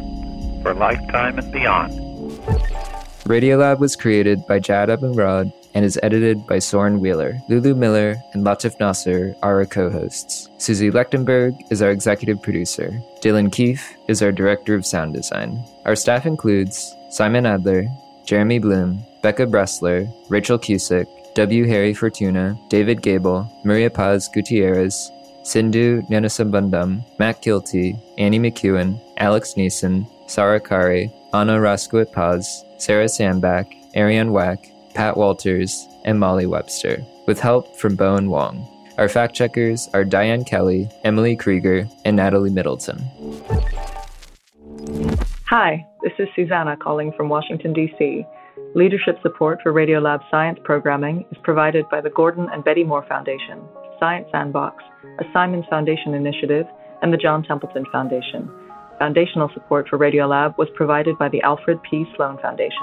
[SPEAKER 2] for a lifetime and beyond.
[SPEAKER 31] Radiolab was created by Jad Abumrad and is edited by Soren Wheeler. Lulu Miller and Latif Nasser are our co hosts. Susie Lechtenberg is our executive producer. Dylan Keefe is our director of sound design. Our staff includes Simon Adler, Jeremy Bloom, Becca Bressler, Rachel Cusick, W. Harry Fortuna, David Gable, Maria Paz Gutierrez, Sindhu Nanasabundam, Matt Kilty, Annie McEwen, Alex Neeson, Sarah Kari, Anna Raskowit Paz, Sarah Sandback, Ariane Wack, Pat Walters, and Molly Webster, with help from Bowen Wong. Our fact checkers are Diane Kelly, Emily Krieger, and Natalie Middleton.
[SPEAKER 32] Hi, this is Susanna calling from Washington, D.C. Leadership support for Radiolab science programming is provided by the Gordon and Betty Moore Foundation, Science Sandbox, a Simons Foundation initiative, and the John Templeton Foundation. Foundational support for Radiolab was provided by the Alfred P. Sloan Foundation.